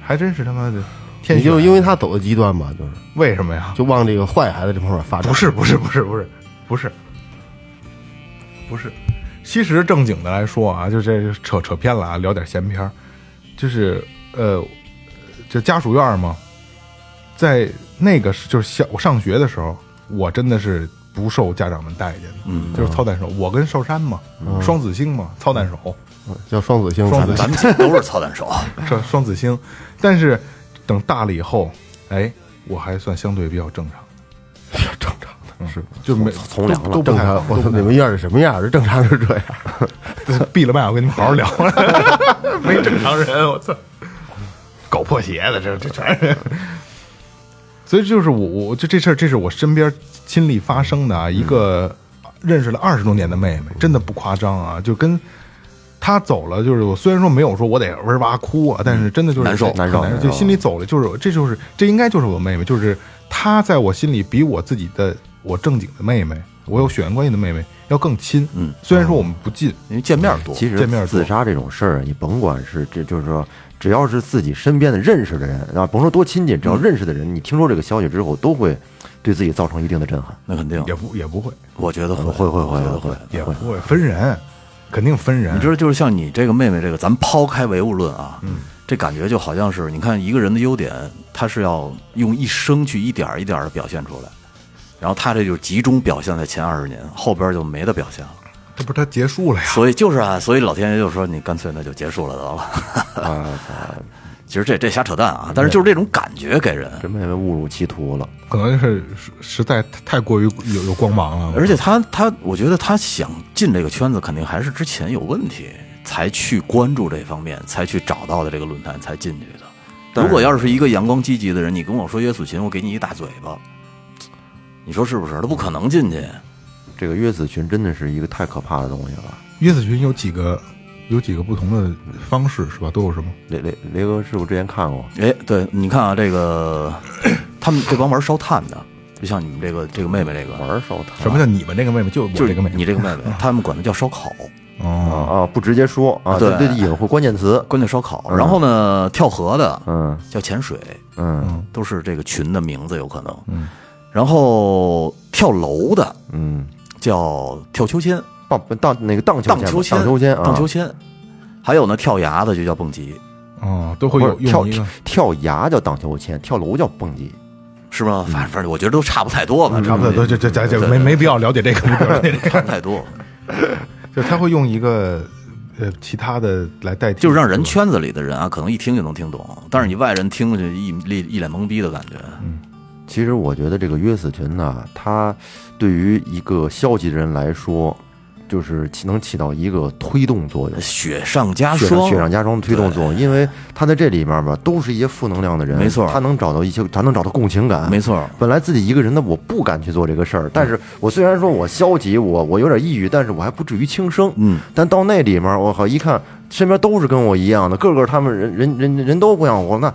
E: 还真是他妈的天
B: 你
E: 选，啊
B: 就因为他走的啊极端吧，就是
E: 为什么呀？
B: 就往这个坏孩子这方面发展。
E: 不是不是不是不是不是不是，其实正经的来说啊，就这扯扯偏了啊，聊点闲篇儿，就是呃，这家属院嘛，在那个时就是小我上学的时候，我真的是不受家长们待见的，嗯，就是操蛋手，我跟少山嘛，双子星嘛，操蛋手，
B: 嗯叫双子星，
E: 双子
A: 咱们姐都是操蛋手，啊
E: 双双子星，但是等大了以后，哎，我还算相对比较正常，
B: 正常的，
E: 是就没
C: 从良了
E: 都都
B: 正
E: 不太
B: 常
E: 好。
B: 我说你们院是什么样？这正常是这样。
E: 闭了麦，我跟你们好好聊。没正常人，我操， 狗破鞋的，这这全是。所以就是我，我就这事儿，这是我身边亲历发生的啊，一个认识了二十多年的妹妹，真的不夸张啊，就跟她走了，就是我虽然说没有说我得哇哇哭啊，但是真的就是
A: 难受
E: 很难
C: 难受
E: 就心里走了，就是这就是这应该就是我妹妹，就是她在我心里比我自己的我正经的妹妹，我有血缘关系的妹妹要更亲，嗯，虽然说我们不近，
A: 因为见面多。
C: 其
E: 见面
C: 实
E: 多
C: 自杀这种事儿，啊你甭管是这，就是说，只要是自己身边的认识的人啊，甭说多亲近，只要认识的人，你听说这个消息之后，都会对自己造成一定的震撼。
A: 那肯定，
E: 也不也不会。
A: 我觉得会
C: 会会会
A: 我觉得
C: 会
A: 啊会。
E: 也不会分人，肯定分人。
A: 嗯你知道，就是像你这个妹妹，这个咱抛开唯物论啊，
E: 嗯
A: 这感觉就好像是，你看一个人的优点，他是要用一生去一点儿一点的表现出来，然后他这就是集中表现在前二十年，后边就没得表现了。
E: 这不是他结束了呀？
A: 所以就是啊，所以老天爷就说你干脆那就结束了得了。啊 其实这这瞎扯淡啊，但是就是这种感觉给人，
C: 这妹妹误入歧途了，
E: 可能是实实在太过于有有光芒了，
A: 而且他他，我觉得他想进这个圈子，肯定还是之前有问题，才去关注这方面，才去找到的这个论坛，才进去的。如果要是一个阳光积极的人，你跟我说约素琴，我给你一大嘴巴，你说是不是？他不可能进去。
C: 这个约子群真的是一个太可怕的东西了。
E: 约子群有几个有几个不同的方式是吧？都有什么？
C: 雷雷雷哥师傅之前看过，
A: 哎，对，你看啊，这个他们这帮玩烧炭的，就像你们这个这个妹妹这个，
C: 玩烧炭
E: 什么叫你们这个妹妹？就我
A: 就是
E: 这个妹妹
A: 你这个妹妹， 他们管它叫烧烤，
E: 哦，
C: 啊啊？不直接说啊，
A: 对
C: 这这隐晦关键词。
A: 关键烧烤。然后呢，跳河的
C: 嗯
A: 叫潜水，
C: 嗯
A: 都是这个群的名字有可能。嗯，然后跳楼的
C: 嗯，
A: 叫跳秋千、
C: 荡荡那个荡
A: 荡秋
C: 秋千
A: 千、
C: 吧，荡秋千啊，
A: 荡秋千，还有呢跳崖的就叫蹦极，
E: 哦，都
C: 不
E: 会
C: 是
E: 有
C: 跳
E: 用一个
C: 跳崖叫荡秋千，跳楼叫蹦极。
A: 是吧？反正反正我觉得都差不太多吧，
E: 啊嗯差不多，
A: 多，
E: 这这这这
A: 嗯对
E: 没没必要了解这个，没必要了解这个
A: 差不太多，
E: 就是他会用一个呃其他的来代替，
A: 就是让人
E: 吧
A: 圈子里的人啊，可能一听就能听懂，但是你外人听了就一一一脸懵逼的感觉。
C: 其实我觉得这个约瑟群呢、他对于一个消极的人来说，就是起能起到一个推动作用，
A: 雪上加
C: 嗯雪上
A: 霜，
C: 雪上加霜推动作用，因为他在这里面吧，都是一些负能量的人，
A: 没错
C: 他能找到一些，他能找到共情感，
A: 没错
C: 本来自己一个人呢，我不敢去做这个事儿，但是我虽然说我消极，我我有点抑郁，但是我还不至于轻生，
A: 嗯，
C: 但到那里面，我靠，一看身边都是跟我一样的，个个他们人人人人都不想活，那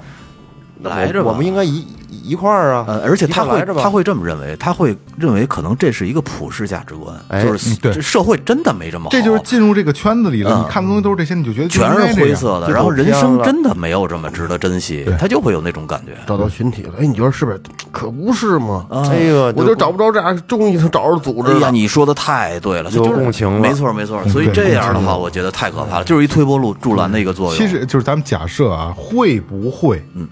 C: 那我
A: 来着吧
C: 我们应该一一块儿啊，
A: 呃，而且
C: 一块
A: 他
C: 儿
A: 会
C: 来着吧，
A: 他会这么认为，他会认为可能这是一个普世价值观，
C: 哎
A: 就是
E: 嗯对
A: 这社会真的没这么好，
E: 这就是进入这个圈子里了，
A: 啊嗯
E: 你看的东西都是这些，你就觉得就
A: 全
E: 应该
A: 是
E: 这
A: 灰
E: 样。
A: 色的，
C: 就
A: 然后
C: 走偏
A: 人生
C: 了
A: 真的没有这么值得珍惜，他就会有那种感觉。啊
B: 找到群体了。哎，你说是不是？可不是嘛！
C: 这个
B: 我就找不着这样，终于能找着组织
A: 哎呀，
B: 了。
A: 你说的太对了，就
C: 有
A: 是
C: 共情了
A: 没错没错。所以
E: 对
A: 这样的话，我觉得太可怕了，就是一推波助助澜的一个作用。
E: 其实就是咱们假设啊，会不会？嗯，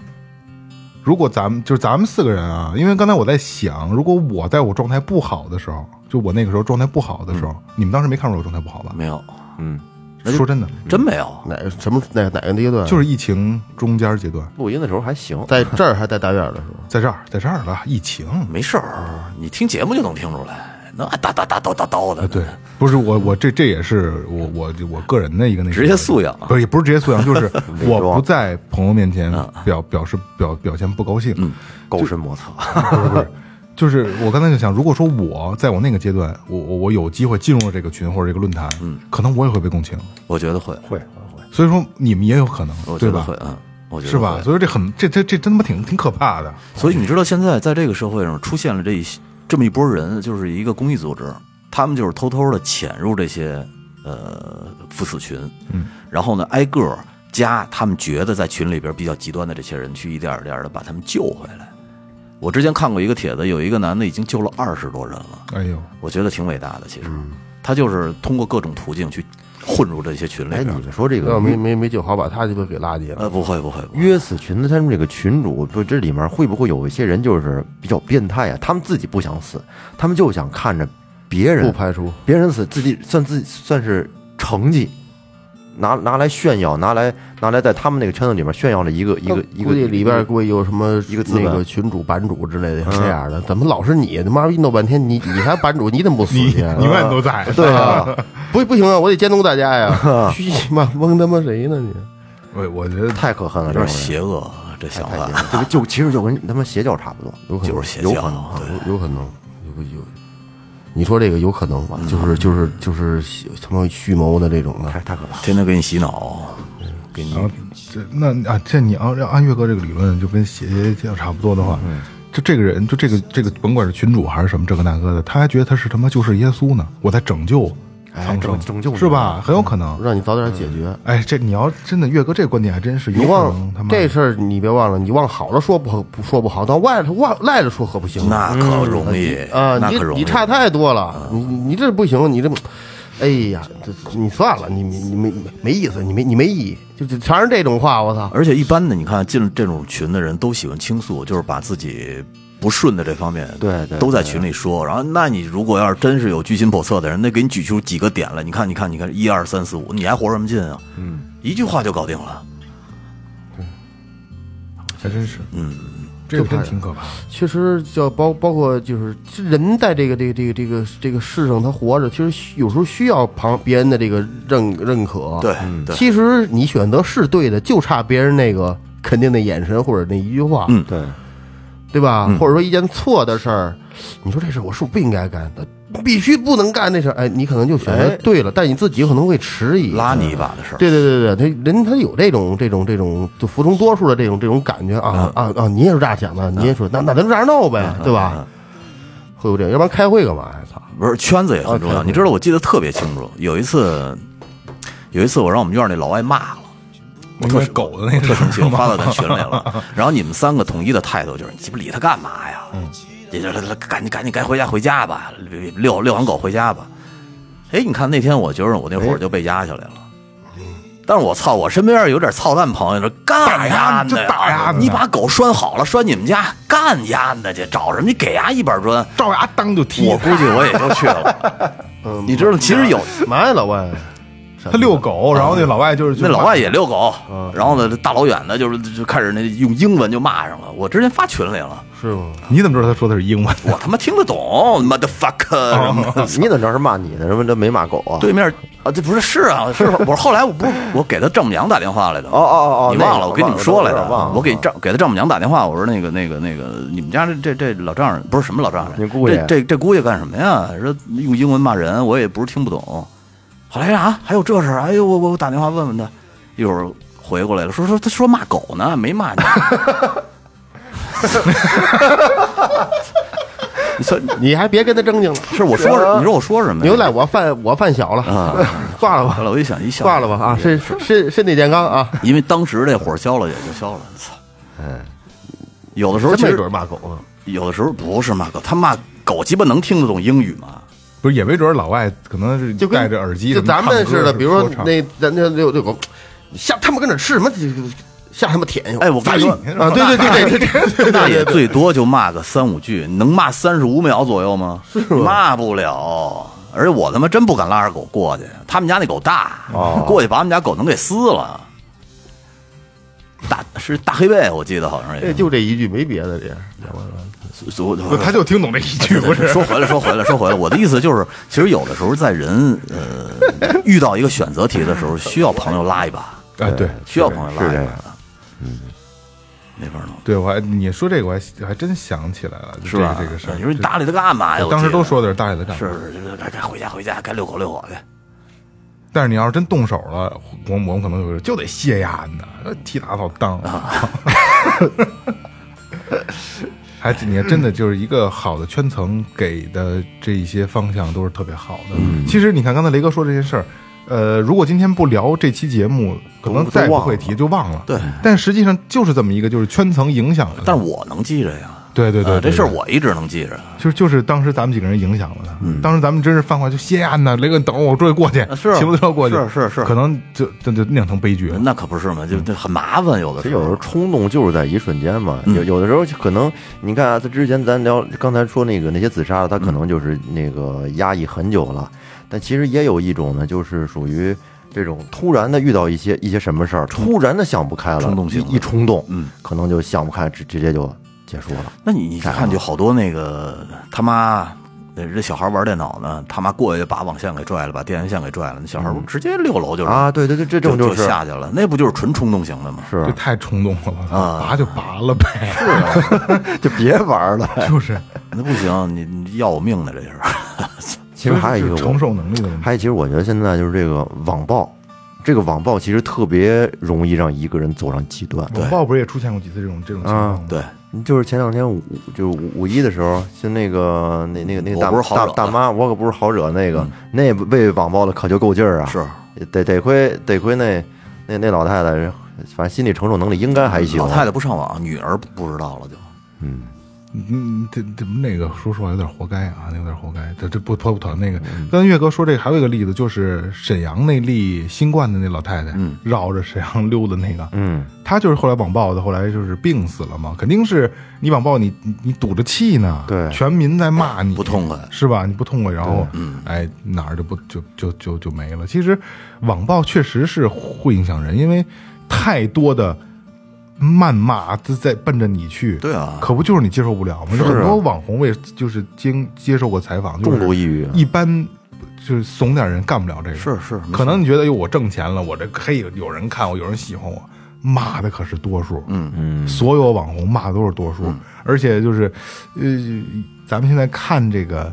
E: 如果咱们就是咱们四个人啊，因为刚才我在想，如果我在我状态不好的时候，就我那个时候状态不好的时候，你们当时没看出我状态不好吧？
A: 没有，
C: 嗯，
A: 嗯那就
E: 说真的，
A: 真没有。
B: 哪个什么哪哪个阶段？
E: 就是疫情中间阶段，
C: 录音的时候还行，
B: 在这儿还在大院儿的时候，
E: 在这儿，在这儿了，疫情。
A: 没事儿，你听节目就能听出来，那叨叨叨叨叨叨的，
E: 啊对，不是我，我这这也是我我我个人的一个那个
A: 职业素养啊
E: 不是也不是职业素养，就是 我不
C: 装
E: 在朋友面前
A: 嗯
E: 表表示表表现不高兴，
C: 高深莫测，
E: 就是我刚才就想，如果说我在我那个阶段，我我我有机会进入了这个群或者这个论坛，嗯，可能我也会被共情，
A: 我觉得 会，
C: 会
E: 所以说你们也有可能
A: 我，觉
E: 对
A: 得
E: 吧
A: 会？，嗯，我觉得
E: 是吧？
A: 会
E: 所以这很这这这真他妈挺挺可怕的，
A: 所以你知道现在在这个社会上出现了这一些这么一波人，就是一个公益组织，他们就是偷偷的潜入这些呃赴死群，嗯，然后呢挨个儿加他们觉得在群里边比较极端的这些人，去一点儿一点的把他们救回来。我之前看过一个帖子，有一个男的已经救了二十多人了，
E: 哎呦，
A: 我觉得挺伟大的。其实，
C: 嗯
A: 他就是通过各种途径去混入这些群里
C: 哎，
A: 边
C: 你。们说这
B: 要
C: 个
B: 没没没酒好把他鸡巴给拉进来。
A: 呃，不会不会，不会
C: 约死群的他们这个群主，不这里面会不会有一些人就是比较变态啊？他们自己不想死，他们就想看着别
B: 不
C: 呃人
B: 排除
C: 别人死，自己算自己算是成绩，拿拿来炫耀，拿来拿来在他们那个圈子里面炫耀了一个一个一
B: 估
C: 个
B: 计里边估计有什么
C: 一个资本
B: 那个群主、版主之类的这样的，怎么老是你？他妈逼弄半天，你你还版主，你怎么不死
E: 你
B: 去？
E: 你永远都在，
B: 对啊，不不行啊，我得监督大家呀！去你妈蒙他妈谁呢你？
E: 我我觉得
C: 太可恨了，
A: 有
C: 这
A: 点
C: 种人
A: 邪恶这想
C: 太邪恶
A: 法，
C: 了这个就其实就跟他妈邪教差不多。
B: 有可能
A: 就是邪
C: 有
A: 教
C: 可能啊
A: 对
B: 有有可能有有。你说这个有可能吧？就是就是就是他妈蓄谋的这种的，
C: 太太可 怕了，
A: 天天给你洗脑，给你
E: 然后这那啊，这你要要按岳哥这个理论，就跟邪教差不多的话，就这个人，就这个这个，甭管是群主还是什么这个那个的，他还觉得他是他妈救世耶稣呢，我在拯救
C: 哎，
E: 苍
C: 拯
E: 生，
C: 拯救
E: 是吧？？很有可能。
B: 让你早点解决。
E: 哎，这你要真的岳哥这个观点还真是有
B: 你
E: 可
B: 忘
E: 能他妈
B: 这事儿，你别忘了，你往好了说不好不说不好，但外头外赖着说可不行。
A: 那可容易
B: 啊，
A: 那
B: 你
A: 可容易。啊
B: 你差太多了，你你这不行，你这，哎呀，这你算了，你你你没没意思，你没你没意义，就就全是这种话，我 操！
A: 而且一般的，你看进这种群的人都喜欢倾诉，就是把自己不顺的这方面，
C: 对对
A: 都在群里说。然后，那你如果要是真是有居心叵测的人，那给你举出几个点来，你看，你看，你看，一二三四五，你还活什么劲啊？嗯，一句话就搞定了。
E: 还真是，嗯，这个真挺可怕的。
B: 确实，叫包包括就是人在这个这个这个这个这个世上，他活着，其实需有时候需要旁别人的这个认认可。
A: 对，对，
B: 其实你选择是对的，就差别人那个肯定的眼神或者那一句话。
A: 嗯
C: 对，
B: 对吧？或者说一件错的事儿，你说这事儿我是不是不应该干的？必须不能干这事儿，哎，你可能就选择
C: 哎
B: 对了，但你自己可能会迟疑。
A: 拉你一把的事儿。
B: 对对对对，他人他有这种这种这种就服从多数的这种这种感觉
A: 嗯
B: 啊啊啊！你也是这样想的，你也说那那咱就这样闹呗，
A: 嗯
B: 对吧？会有这样，要不然开会干嘛呀？操！
A: 不是圈子也很重要。你知道，我记得特别清楚，有一次，有一次我让我们院儿那老外骂了。
E: 我特狗的那
A: 特
E: 个
A: 生气，我发到咱群里了。然后你们三个统一的态度就是：你鸡巴理他干嘛呀？
E: 嗯
A: 也就是他赶紧赶紧该回家回家吧，遛遛完狗回家吧。哎，你看那天我觉着我那会儿就被压下来了。但是我操，我身边有点操蛋朋友说干丫的呀，
E: 打丫就打丫的
A: 你把狗拴好了，拴你们家，干丫的去找什么？你给丫一板砖，
E: 照牙当就踢
A: 我，估计我也就去了。
B: 嗯，
A: 你知道，其实有
B: 嘛呀，老外？
E: 他遛狗，然后那老外就是
A: 那老外也遛狗，然后呢，大老远的，就是就开始那用英文就骂上了。我之前发群里了，
B: 是吗？
E: 你怎么知道他说的是英文？
A: 我他妈听得懂，motherfucker 什么的。
C: 你怎么知道是骂你呢？什么这没骂狗啊？
A: 对面啊，这不是是啊，是我后来我不是我给他丈母娘打电话来的。
C: 哦哦哦，
A: 你忘了？
C: 那个
A: 我跟你们说来
C: 忘
A: 的
C: 了忘了，
A: 我给丈给他丈母娘打电话，我说那个那个那个，你们家这这这老丈人不是什么老丈人，
C: 你姑爷
A: 这这这姑爷干什么呀？说用英文骂人，我也不是听不懂。后来啊，还有这事儿，哎呦，我我我打电话问问他，一会儿回过来了，说说他说骂狗呢，没骂你。 你 说
B: 你还别跟他争 竞了，
A: 是我说什
C: 啊
A: 么？你说我说什么呀？
B: 牛奶我犯我犯小了，
A: 嗯
B: 挂了
A: 后
B: 吧，
A: 来我一想，一笑
B: 挂了吧啊！身身身体健康啊！
A: 因为当时这火消了也就消了，操！哎，有的时候
B: 真
A: 其
B: 没
A: 实
B: 准骂狗
E: 啊
B: 呢，
A: 有的时候不是骂狗，他骂狗鸡巴能听得懂英语吗？
E: 不是，也没准儿老外可能是
B: 就跟
E: 戴着耳机
B: 就
E: 什么
B: 咱
E: 唱
B: 们
E: 歌
B: 似的，比如
E: 说
B: 说
E: 唱
B: 那咱那遛遛狗，下他们跟那吃什么？下什么舔去？
A: 哎，我跟你说，
B: 啊，对对对对对对对
A: 那也最多就骂个三五句，能骂三十五秒左右吗？是骂不了。而且我他妈真不敢拉着狗过去，他们家那狗大，过去把我们家狗能给撕了。大是大黑背，我记得好像也
B: 对，就这一句，没别的这。
A: 所以我
E: 他就听懂这一句，不是？
A: 说回来，说回来，说回来，我的意思就是，其实有的时候在人呃遇到一个选择题的时候，需要朋友拉一把，
E: 哎，对，
A: 需要朋友拉
C: 是
A: 一把
C: 这样
A: 的，嗯，没法弄，
E: 对，我还你说这个，我还还真想起来了，
A: 是吧？
E: 这个这个事儿，
A: 你说你搭理他干嘛呀？
E: 我
A: 我
E: 当时
A: 记得
E: 都说的是大爷的干嘛
A: 是，是是该该回家回家，该遛狗遛狗去。
E: 嗯但是你要是真动手了，我我们可能就就得卸压你呢，踢打扫当。
A: 啊
E: 还你还真的就是一个好的圈层给的这一些方向都是特别好的。
A: 嗯
E: 其实你看刚才雷哥说这些事儿，呃，如果今天不聊这期节目，可能
C: 都
E: 再不
C: 忘
E: 会
C: 了
E: 提就忘了。
A: 对，
E: 但实际上就是这么一个就是圈层影响了他。
A: 但是我能记着呀，
E: 对对对
A: 呃
E: 对
A: 这事儿
E: 对
A: 我一直能记着。啊
E: 就是就是当时咱们几个人影响了他。当时咱们真是犯坏，就歇呀呢，雷哥你等会儿我追过去，
A: 嗯啊是啊
E: 哎骑摩托车过去，
A: 是是是
E: 可嗯能就就就酿成悲剧了。
A: 那可不是嘛，就就很麻烦，有的
C: 其
A: 时
C: 实有时候
A: 候。
C: 冲动就是在一瞬间嘛，
A: 嗯
C: 有有的时候可能你看啊，他之前咱聊刚才说那个那些自杀的，
A: 嗯
C: 他可能就是那个压抑很久了，但其实也有一种呢，就是属于这种突然的遇到一些一些什么事儿，突然的想不开了，
A: 冲动性的
C: 一一冲动，
A: 嗯，
C: 可能就想不开，直直接就结束了。
A: 那你你看，就好多那个他妈，那这小孩玩电脑呢，他妈过去把网线给拽了，把电源线给拽了，那小
E: 嗯
A: 孩不直接六楼就是
C: 啊，对对对，这
A: 就
C: 种
A: 就是下去了，那不就是纯冲动型的吗？
C: 是 啊
E: 这太冲动了吧
A: 啊？
E: 拔就拔 了呗，
C: 就别玩了。
E: 就是
A: 那不行，你你要我命呢，这是。
C: 其实还有一
E: 就
C: 个
E: 是
C: 我
E: 承受能力的问题，
C: 还有，其实我觉得现在就是这个网暴，这个网暴其实特别容易让一个人走上极端。
E: 网暴不是也出现过几次这种这种情
C: 啊
E: 况吗？
A: 对，
C: 就是前两天五就是五五一的时候，就那个那那个那个大
A: 我不是好
C: 大
A: 惹嗯
C: 大妈，我可不是好惹那个，那被网暴的可就够劲儿啊！
A: 是
C: 得得亏得亏那那那老太太，反正心理承受能力应该还行。啊
A: 老太太不上网，女儿不不知道了就。
C: 嗯，
E: 嗯，这这那个说实话有点活该啊，有点活该。这这不不不谈那个，
C: 嗯
E: 刚才岳哥说这个还有一个例子，就是沈阳那例新冠的那老太太，绕着沈阳溜达那个，
C: 嗯，
E: 她就是后来网暴的，后来就是病死了嘛，肯定是你网暴你你你堵着气呢，
C: 对
E: 全民在骂你，
A: 不痛快
E: 是吧？你不痛快，然后
A: 嗯
E: 哎哪儿就不就就就就没了。其实网暴确实是会影响人，因为太多的。谩骂在在奔着你去，
A: 对啊
E: 可不就是你接受不了吗？很多网红为就是经接受过采访，就
C: 重度抑
E: 是
C: 郁，
E: 一般就是怂点人干不了这个，
A: 是是没
E: 可能你觉得哎哟，我挣钱了，我这嘿有人看我，有人喜欢我，骂的可是多数，嗯嗯，所有网红骂的都是多数，而且就是呃，咱们现在看这个。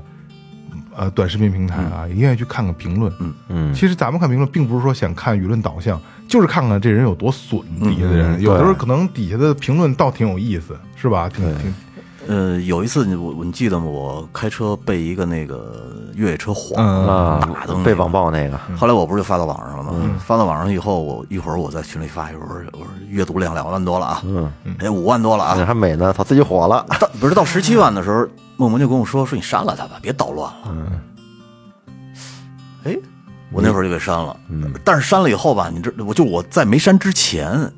E: 呃，短视频平台啊，也愿意去看看评论。嗯嗯，其实咱们看评论，并不是说想看舆论导向，就是看看这人有多损。底下的人，有的时候可能底下的评论倒挺有意思，是吧？挺挺
A: 呃，有一次你我我你记得吗？我开车被一个那个越野车晃
E: 嗯
C: 啊
A: 打的那个
C: 被网暴那个，
A: 后来我不是就发到网上了吗？
C: 嗯
A: 发到网上以后，我一会儿我在群里发一会儿，我说阅读量两万多了啊，
C: 嗯
A: 哎五万多了
C: 那
A: 啊，
C: 还美呢，他自己火了。
A: 到不是到十七万的时候，梦萌就跟我说说你删了他吧，别捣乱了。
E: 嗯
A: 哎，我那会儿就给删了，
E: 嗯
A: 但是删了以后吧，你这我就我在没删之前，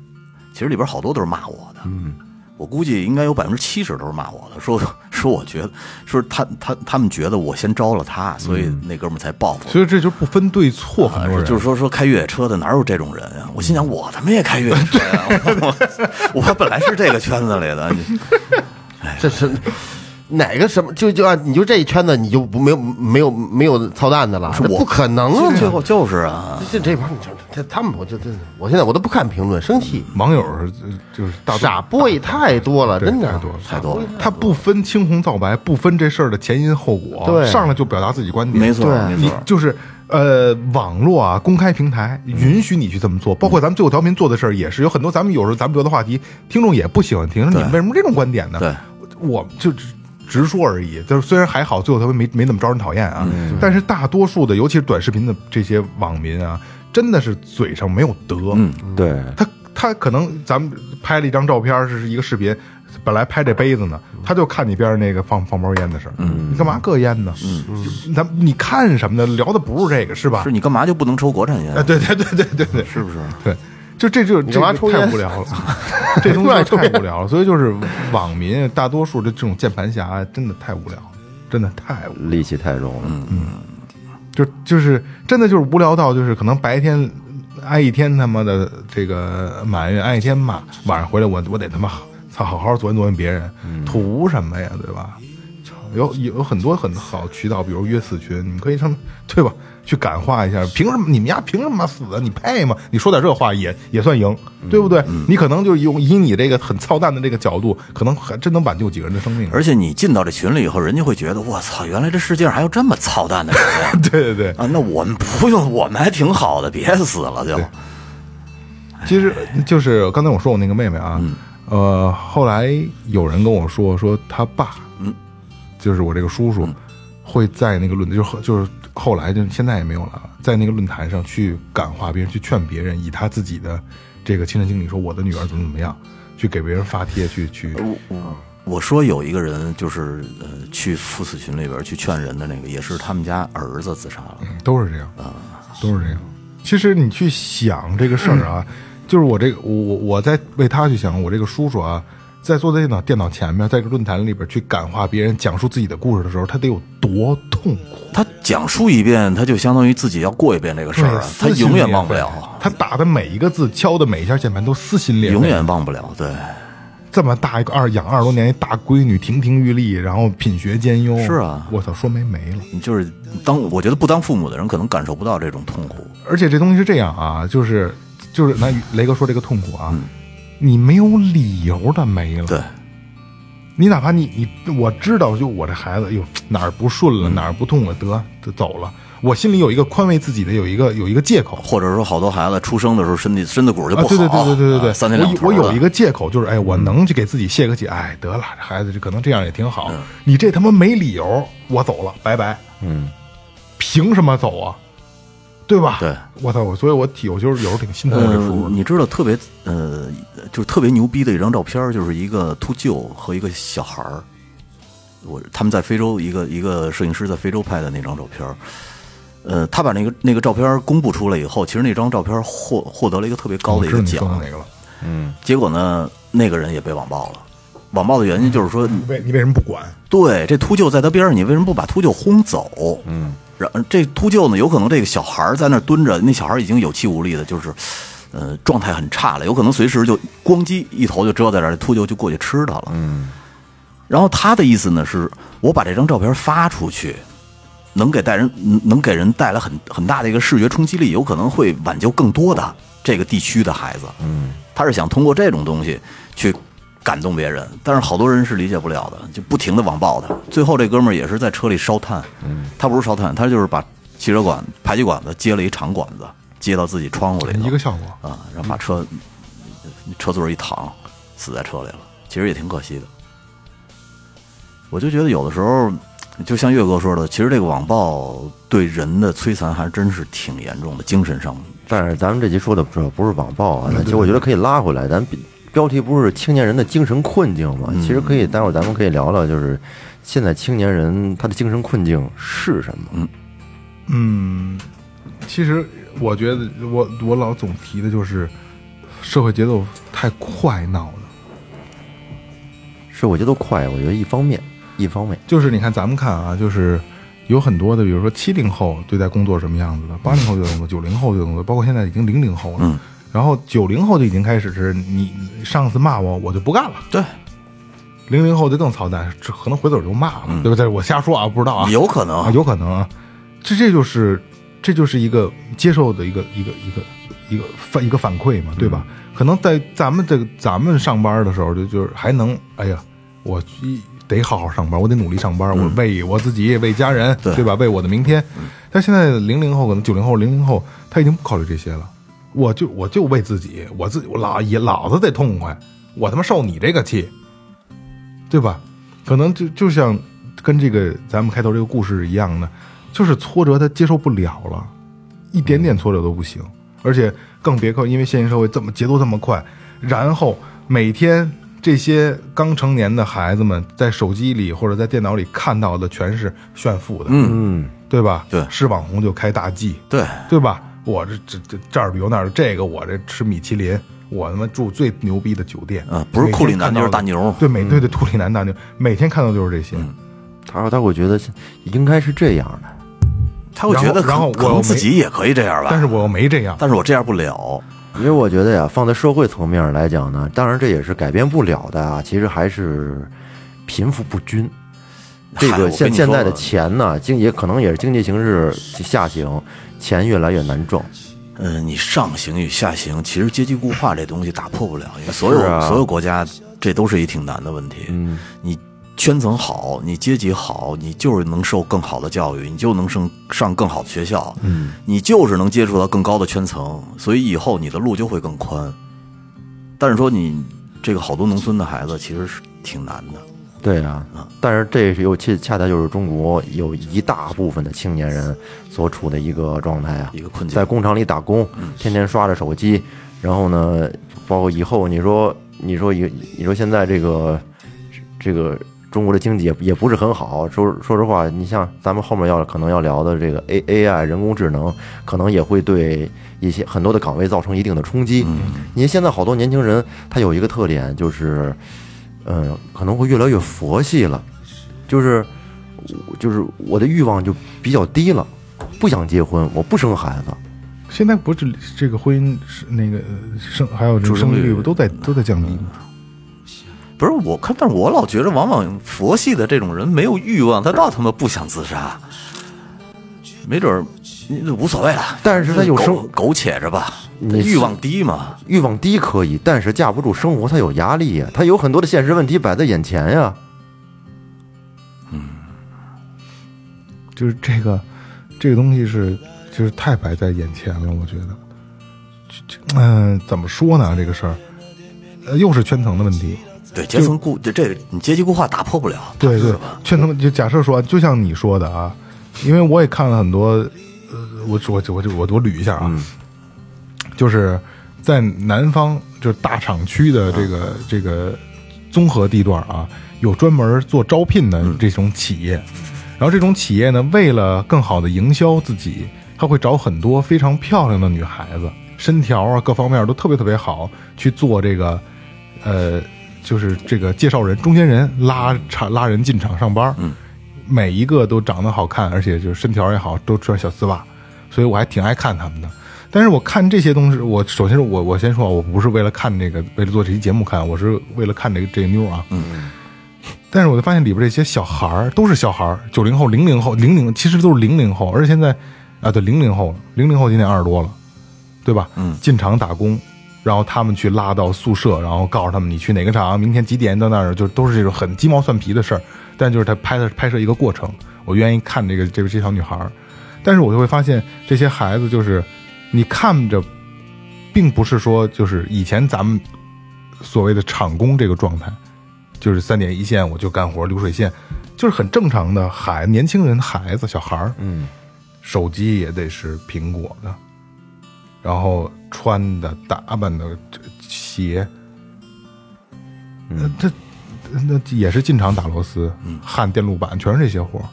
A: 其实里边好多都是骂我的，
E: 嗯
A: 我估计应该有百分之七十都是骂我的，说 说我觉得说他他他们觉得我先招了他，所以那哥们儿才报复我。
E: 所以这就不分对错，嗯很多人
A: 啊就是说说开越野车的哪有这种人啊？我心啊 想我他妈也开越野车呀、我我我本来是这个圈子里的，你
B: 这是哪个什么就就按你就这一圈子你就不没有没有没有操蛋的了，这不可能啊！
A: 最后就是啊，
B: 这这帮你这这他们我就这我现在我都不看评论，生气。
E: 网友是就是大众
B: 傻 boy 太多了，
E: 对
B: 真的啊
E: 太多了
B: 傻
A: 太多
B: boy
A: 了
E: 他不分青红皂白，不分这事儿的前因后果，
B: 对
E: 上来就表达自己观点，
A: 没错
B: 对
A: 没
E: 你
A: 错，
E: 就是呃，网络啊，公开平台允许你去这么做，
A: 嗯
E: 包括咱们最后调频做的事儿也是，有很多咱们有时候咱们聊的话题，听众也不喜欢听，说你们为什么这种观点呢？
A: 对，
E: 我就直直说而已。就是虽然还好，最后调频没没怎么招人讨厌啊，
A: 嗯
E: 但是大多数的，尤其是短视频的这些网民啊，真的是嘴上没有德，嗯，
C: 对，
E: 他他可能咱们拍了一张照片，是一个视频，本来拍这杯子呢，他就看你边上那个放放包烟的事儿，你干嘛各烟呢？嗯，咱你看什么呢？聊的不是这个是吧
A: 是？你干嘛就不能抽国产烟
E: 啊，？对对对对对对，
A: 是不是？
E: 对，就这就是这
B: 干嘛
E: 个
B: 抽烟
E: 太无聊了，这东西太无聊了，所以就是网民大多数的这种键盘侠真的太无聊了，真的太无聊了
C: 戾气太重
A: 嗯
C: 了。
E: 就就是真的就是无聊到就是可能白天挨一天他妈的这个埋怨，挨一天骂，晚上回来我我得他妈操好好琢磨琢磨别人，图什么呀，对吧？操有有很多很好渠道，比如约死群，你们可以上对吧？去感化一下，凭什么你们家凭什么死啊？你配吗？你说点这话也也算赢，对不对？你可能就是用以你这个很操蛋的这个角度，可能还真能挽救几个人的 生命。
A: 而且你进到这群里以后，人家会觉得我操，原来这世界上还有这么操蛋的人 呀
E: 对对对，
A: 啊！那我们不用，我们还挺好的，别死了就。
E: 其实就是刚才我说我那个妹妹啊，呃，后来有人跟我说说他爸，嗯，就是我这个叔叔，会在那个论就是就是后来就现在也没有了，在那个论坛上去感化别人，去劝别人，以他自己的这个亲身经历说我的女儿怎么怎么样，去给别人发帖，去去，
A: 我说有一个人就是呃，去赴死群里边去劝人的那个，也是他们家儿子自杀了。
E: 都是这样，
A: 啊
E: 都是这样。其实你去想这个事儿
A: 嗯
E: 啊，就是我这个我我我在为他去想，我这个叔叔啊，在坐在电脑电脑前面，在这个论坛里边去感化别人，讲述自己的故事的时候，他得有多痛苦。
A: 他讲述一遍，他就相当于自己要过一遍这个事儿啊，他
E: 撕心
A: 永远
E: 裂
A: 忘不
E: 肺
A: 了啊，
E: 他打的每一个字，敲的每一下键盘都撕心裂肺。
A: 永远忘不了。对，
E: 这么大一个二养二十多年一大闺女，亭亭玉立，然后品学兼优。
A: 是啊
E: 我操，说没没了。
A: 你就是当我觉得不当父母的人可能感受不到这种痛苦。
E: 而且这东西是这样啊，就是就是，那雷哥说这个痛苦啊，你没有理由的没了。
A: 嗯对，
E: 你哪怕你你我知道，就我这孩子，哟哎哪儿不顺
A: 嗯
E: 了，哪儿不痛了，得得走了，我心里有一个宽慰自己的，有一个有一个借口。
A: 或者说好多孩子出生的时候身体身子骨就
E: 啊，
A: 不好，
E: 对对对对对对对，
A: 啊三天两头嗯
E: 我有
A: 的
E: 我有一个借口，就是哎，我能去给自己泄个气，哎，得了，这孩子这可能这样也挺好。
A: 嗯
E: 你这他妈没理由，我走了，拜拜。嗯，凭什么走啊？对吧？
A: 对，
E: 我操，我所以我挺，我就是有时候挺心疼我这叔
A: 呃，
E: 叔的。
A: 你知道特别呃，就是特别牛逼的一张照片儿，就是一个秃鹫和一个小孩儿，我他们在非洲一个一个摄影师在非洲拍的那张照片儿。呃，他把那个那个照片儿公布出来以后，其实那张照片儿获获得了一个特别高
E: 我
A: 的一
E: 知道
A: 个奖，
E: 哦你说的那个了。
A: 结果呢，那个人也被网暴了。网暴的原因就是说，
E: 你为你为什么不管？
A: 对，这秃鹫在他边上，你为什么不把秃鹫轰走？嗯，然这秃鹫呢，有可能这个小孩儿在那儿蹲着，那小孩儿已经有气无力的，就是，呃，状态很差了，有可能随时就咣叽一头就遮在这儿，秃鹫就过去吃他了。嗯，然后他的意思呢是，我把这张照片发出去。能给带人能能给人带来很很大的一个视觉冲击力，有可能会挽救更多的这个地区的孩子。嗯，他是想通过这种东西去感动别人，但是好多人是理解不了的，就不停的网暴他。最后这哥们儿也是在车里烧炭，他不是烧炭，他就是把汽车管排气管子接了一长管子，接到自己窗户里头
E: 一个效果。
A: 啊，然后把车车座儿一躺，死在车里了。其实也挺可惜的。我就觉得有的时候，就像岳哥说的，其实这个网暴对人的摧残还真是挺严重的，精神上。
C: 但是咱们这集说的不是不是网暴
A: 嗯
C: 啊，那其实我觉得可以拉回来，咱比标题不是青年人的精神困境嘛？
A: 嗯
C: 其实可以，待会儿咱们可以聊聊，就是现在青年人他的精神困境是什么？
E: 嗯，其实我觉得我我老总提的就是社会节奏太快闹了。
C: 是我觉得快，我觉得一方面，一方面，
E: 就是你看咱们看啊，就是有很多的，比如说七零后对待工作是什么样子的，八零后对待工作，九零后对待工作，包括现在已经零零后了，
A: 嗯
E: 然后九零后就已经开始是你上司骂我，我就不干了，
A: 对，
E: 零零后就更操蛋，这可能回头就骂了，
A: 嗯
E: 对不对？我瞎说啊，不知道啊，
A: 有可
E: 啊，
A: 能，
E: 有可能啊，这这就是这就是一个接受的一个一个一个一个反一个反馈嘛，对吧？可能在咱们这个咱们上班的时候，就就是还能，哎呀，我一得好好上班，我得努力上班，我为我自己，为家人，对吧？为我的明天。但现在零零后可能九零后、零零后，他已经不考虑这些了。我就我就为自己，我自己我老也老子得痛快，我他妈受你这个气，对吧？可能就就像跟这个咱们开头这个故事一样的，就是挫折他接受不了了，一点点挫折都不行，而且更别扣，因为现实社会这么节奏这么快，然后每天这些刚成年的孩子们在手机里或者在电脑里看到的全是炫富的，
A: 嗯，
C: 嗯，
E: 对吧？
A: 对
E: 是网红就开大 G，
A: 对，
E: 对吧？我这这这这儿旅游那儿旅游这个，我这吃米其林，我他妈住最牛逼的酒店，
A: 嗯不是
E: 每天
A: 库里南
E: 看到
A: 就是
E: 的
A: 大牛
E: 对，每对对库里南大牛，每天看到就是这些。
C: 他说他会觉得应该是这样的，
A: 他会
E: 然
A: 觉
E: 后
A: 得
E: 然后
A: 可
E: 我
A: 可能
E: 没
A: 自己也可以这样吧，
E: 但是我又没这样，
A: 但是我这样不了，
C: 因为我觉得呀，放在社会层面来讲呢，当然这也是改变不了的啊，其实还是贫富不均。这
A: 嗨我
C: 个
A: 跟
C: 现
A: 你
C: 现
A: 说
C: 在的
A: 吧
C: 钱呢，经也可能也是经济形势下行，钱越来越难挣。
A: 嗯，你上行与下行，其实阶级固化这东西打破不了，因为所有、
C: 是啊
A: 所有国家这都是一挺难的问题。嗯，你圈层好，你阶级好，你就是能受更好的教育，你就能上上更好的学校，嗯，你就是能接触到更高的圈层，所以以后你的路就会更宽。但是说你这个好多农村的孩子其实是挺难的，
C: 对啊，但是这是又恰恰恰就是中国有一大部分的青年人所处的一个状态啊
A: 一，个困境
C: 在。工厂里打工，天天刷着手机，然后呢，包括以后你说你说以你说现在这个这个中国的经济也也不是很好，说说实话，你像咱们后面要可能要聊的这个 A A I 人工智能，可能也会对一些很多的岗位造成一定的冲击。你看现在好多年轻人，他有一个特点就是，嗯，可能会越来越佛系了，就是就是我的欲望就比较低了。不想结婚，我不生孩子，
E: 现在不是这个婚姻是那个呃生还有这个生育率不嗯都在都在降低吗？
A: 不是我看，但是我老觉着，往往佛系的这种人没有欲望，他倒他妈不想自杀，没准儿你无所谓了。
C: 但是他有生
A: 苟苟且着吧，他
C: 你
A: 欲望低嘛，
C: 欲望低可以，但是架不住生活它有压力呀，它有很多的现实问题摆在眼前呀。
E: 就是这个这个东西是就是太摆在眼前了，我觉得。这这嗯、怎么说呢？这个事儿，呃，又是圈层的问题。
A: 对阶层固这这你阶级固化打破不了，
E: 对对
A: 是吧？，
E: 劝他们就假设说，就像你说的啊，因为我也看了很多，呃，我我我我我捋一下啊，
A: 嗯
E: 就是在南方，就是大厂区的这个、
A: 嗯
E: 这个综合地段啊，有专门做招聘的这种企业，然后这种企业呢，为了更好的营销自己，他会找很多非常漂亮的女孩子，身条啊各方面都特别特别好，去做这个，呃，就是这个介绍人、中间人拉场拉人进厂上班。嗯，每一个都长得好看，而且就是身条也好，都穿小丝袜，所以我还挺爱看他们的。但是我看这些东西，我首先是我我先说啊，我不是为了看这个，为了做这期节目看，我是为了看这个这个妞啊。嗯。但是我就发现里边这些小孩儿都是小孩儿，九零后、零零后、零零，其实都是零零后，而且现在啊，对零零后了，零零后今年二十多了，对吧？嗯，进厂打工，然后他们去拉到宿舍，然后告诉他们你去哪个厂，明天几点到那儿，就都是这种很鸡毛蒜皮的事儿。但就是他拍的拍摄一个过程，我愿意看这个这个这小女孩儿，但是我就会发现这些孩子就是你看着，并不是说就是以前咱们所谓的厂工这个状态，就是三点一线我就干活流水线，就是很正常的孩年轻人孩子小孩儿，
C: 嗯，
E: 手机也得是苹果的，然后穿的打扮的这鞋，那这那也是进厂打螺丝、焊电路板，全是这些活儿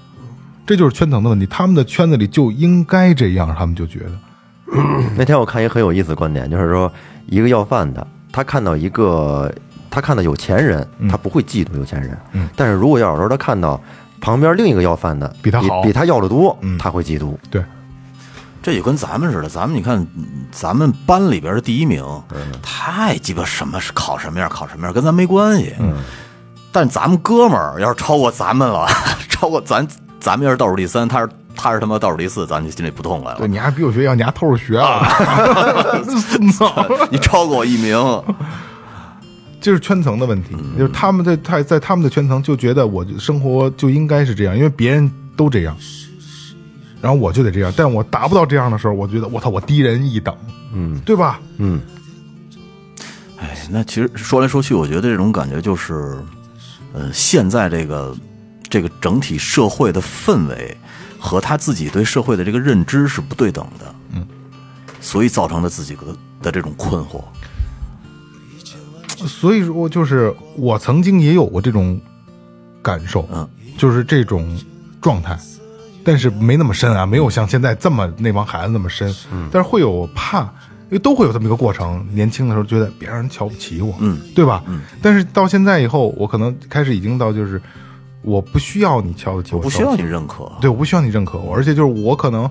E: 这就是圈层的问题，他们的圈子里就应该这样，他们就觉得，
C: 那天我看一个很有意思的观点，就是说一个要饭的，他看到一个他看到有钱人，他不会嫉妒有钱人，
E: 嗯
C: 但是如果要是说他看到旁边另一个要饭的
E: 比他好
C: 比他要的多，
E: 嗯
C: 他会嫉妒。
E: 对，
A: 这也跟咱们似的，咱们你看，嗯咱们班里边
E: 嗯嗯
A: 的第一名，太鸡巴什么是考什么样考什么样，跟咱没关系。但是咱们哥们儿要是超过咱们了， 超过咱咱们要是倒数第三，他是他是他妈倒数第四，咱就心里不痛快了
E: 对。你还比我学样，你还偷着学啊？ 孙子，
A: 你超过我一名，
E: 这是圈层的问题，就是他们在在在他们的圈层就觉得我就生活就应该是这样，因为别人都这样，然后我就得这样，但我达不到这样的时候，我觉得我操，我低人一等，嗯，对吧？
A: 哎，那其实说来说去，我觉得这种感觉就是，呃，现在这个这个整体社会的氛围和他自己对社会的这个认知是不对等的，嗯，所以造成了自己的的这种困惑。
E: 所以说，就是我曾经也有过这种感受，
A: 嗯，
E: 就是这种状态，但是没那么深啊，没有像现在这么那帮孩子那么深，嗯，但是会有怕，因为都会有这么一个过程。年轻的时候觉得别让人瞧不起我，
A: 嗯，
E: 对吧？嗯，但是到现在以后，我可能开始已经到就是我不需要你瞧得起我，
A: 不需要你认可，
E: 对，我不需要你认可我，而且就是我可能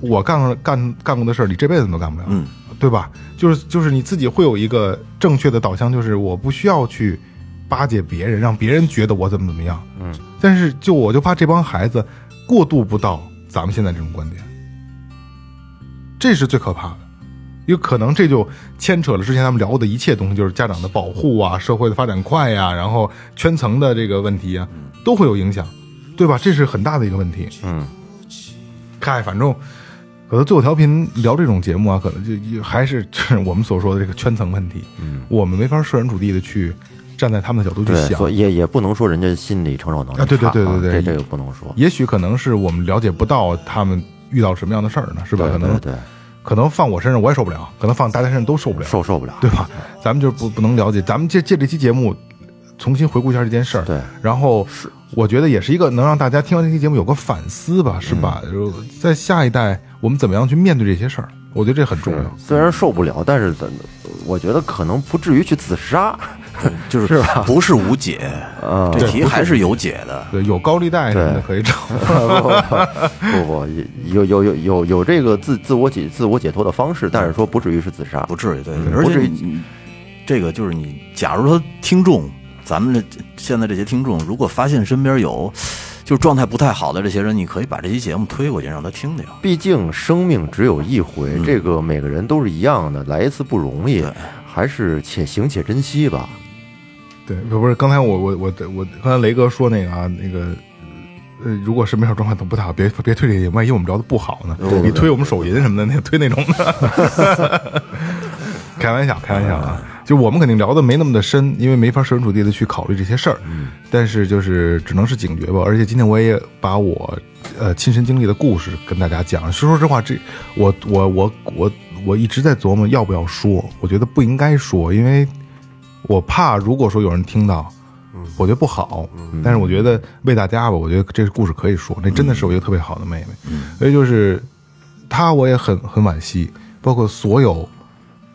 E: 我干过干干过的事儿，你这辈子都干不了，
A: 嗯，
E: 对吧？就是就是你自己会有一个正确的导向，就是我不需要去巴结别人，让别人觉得我怎么怎么样，嗯。但是就我就怕这帮孩子过渡不到咱们现在这种观点，这是最可怕的。因为可能这就牵扯了之前咱们聊过的一切东西，就是家长的保护啊，社会的发展快呀、然后圈层的这个问题啊，都会有影响，对吧？这是很大的一个问题。
C: 嗯，
E: 嗨，反正可能最后调频聊这种节目啊，可能就就还是就是我们所说的这个圈层问题，嗯，我们没法设身处地的去站在他们的角度去
C: 对，
E: 想，
C: 所以也也不能说人家心理承受能力
E: 啊对对对
C: 差啊
E: 对对
C: 这这个不能说，
E: 也许可能是我们了解不到他们遇到什么样的事儿呢，是吧？
C: 对
E: 可
C: 对
E: 能
C: 对，
E: 可能放我身上我也受不了，可能放大家身上都受不了，
C: 受受不了，
E: 对吧？咱们就是不不能了解，咱们借借这期节目重新回顾一下这件事儿，
C: 对，
E: 然后我觉得也是一个能让大家听完这期节目有个反思吧，是
C: 嗯
E: 吧？就在下一代我们怎么样去面对这些事儿，我觉得这很重要。
C: 虽然受不了，但是咱我觉得可能不至于去自杀，
A: 就是不是无解，
E: 啊
A: 这题还是有解的。
E: 对，有高利贷什么的
C: 对
E: 可以找。
C: 不不，有有有有有这个自自我解自我解脱的方式，但是说不至于是自杀
A: 不。至于，对，
C: 嗯
A: 而
C: 不
A: 且
C: 至于
A: 你这个就是你，假如说听众，咱们这现在这些听众，如果发现身边有就是状态不太好的这些人，你可以把这期节目推过去，让他听听。
C: 毕竟生命只有一回，这个每个人都是一样的，来一次不容易，还是且行且珍惜吧。
E: 对，不不是，刚才我我我我刚才雷哥说那个啊，那个呃，如果身边有状况都不太好，别别推这些，万一我们聊的不好呢？你推我们手淫什么的，那推那种的。 开玩笑，开玩笑啊！就我们肯定聊的没那么的深，因为没法设身处地的去考虑这些事儿。但是就是只能是警觉吧。而且今天我也把我呃亲身经历的故事跟大家讲。说实话，这我我我我我一直在琢磨要不要说，我觉得不应该说，因为我怕如果说有人听到，我觉得不好。但是我觉得为大家吧，我觉得这故事可以说，那真的是我一个特别好的妹妹。所以就是她，我也很很惋惜，包括所有。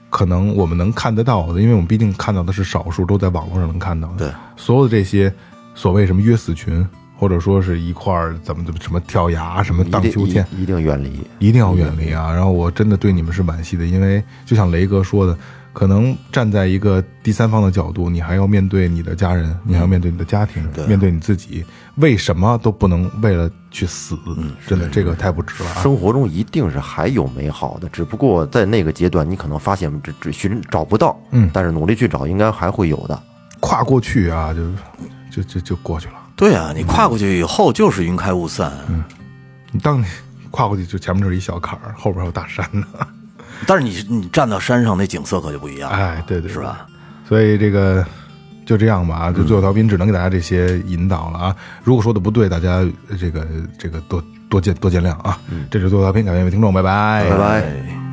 E: 可能我们能看得到的，因为我们毕竟看到的是少数，都在网络上能看到的。
A: 对，
E: 所有的这些所谓什么约死群，或者说是一块儿怎么怎么什么跳崖、什么
C: 一
E: 荡
C: 定
E: 秋
C: 一
E: 千，
C: 一定远离。
E: 一定要远离啊！然后我真的对你们是惋惜的，因为就像雷哥说的，可能站在一个第三方的角度，你还要面对你的家人，你还要面对你的家庭，面对你自己，为什么都不能为了去死？嗯真的，这个太不值了啊！
C: 生活中一定是还有美好的，只不过在那个阶段，你可能发现只只寻找不到，
E: 嗯
C: 但是努力去找，应该还会有的。
E: 跨过去啊，就就就就过去了。
A: 对啊，你跨过去以后就是云开雾散，
E: 你当你跨过去，就前面就是一小坎儿，后边还有大山呢。
A: 但是你你站到山上，那景色可就不一样了，
E: 哎，对对，
A: 是吧？
E: 所以这个就这样吧啊，就最后调频只能给大家这些引导了啊。如果说的不对，大家嗯呃这个这个多多见多见谅啊。这就是最后调频，感谢各位听众，拜拜，
C: 拜拜。
A: 哎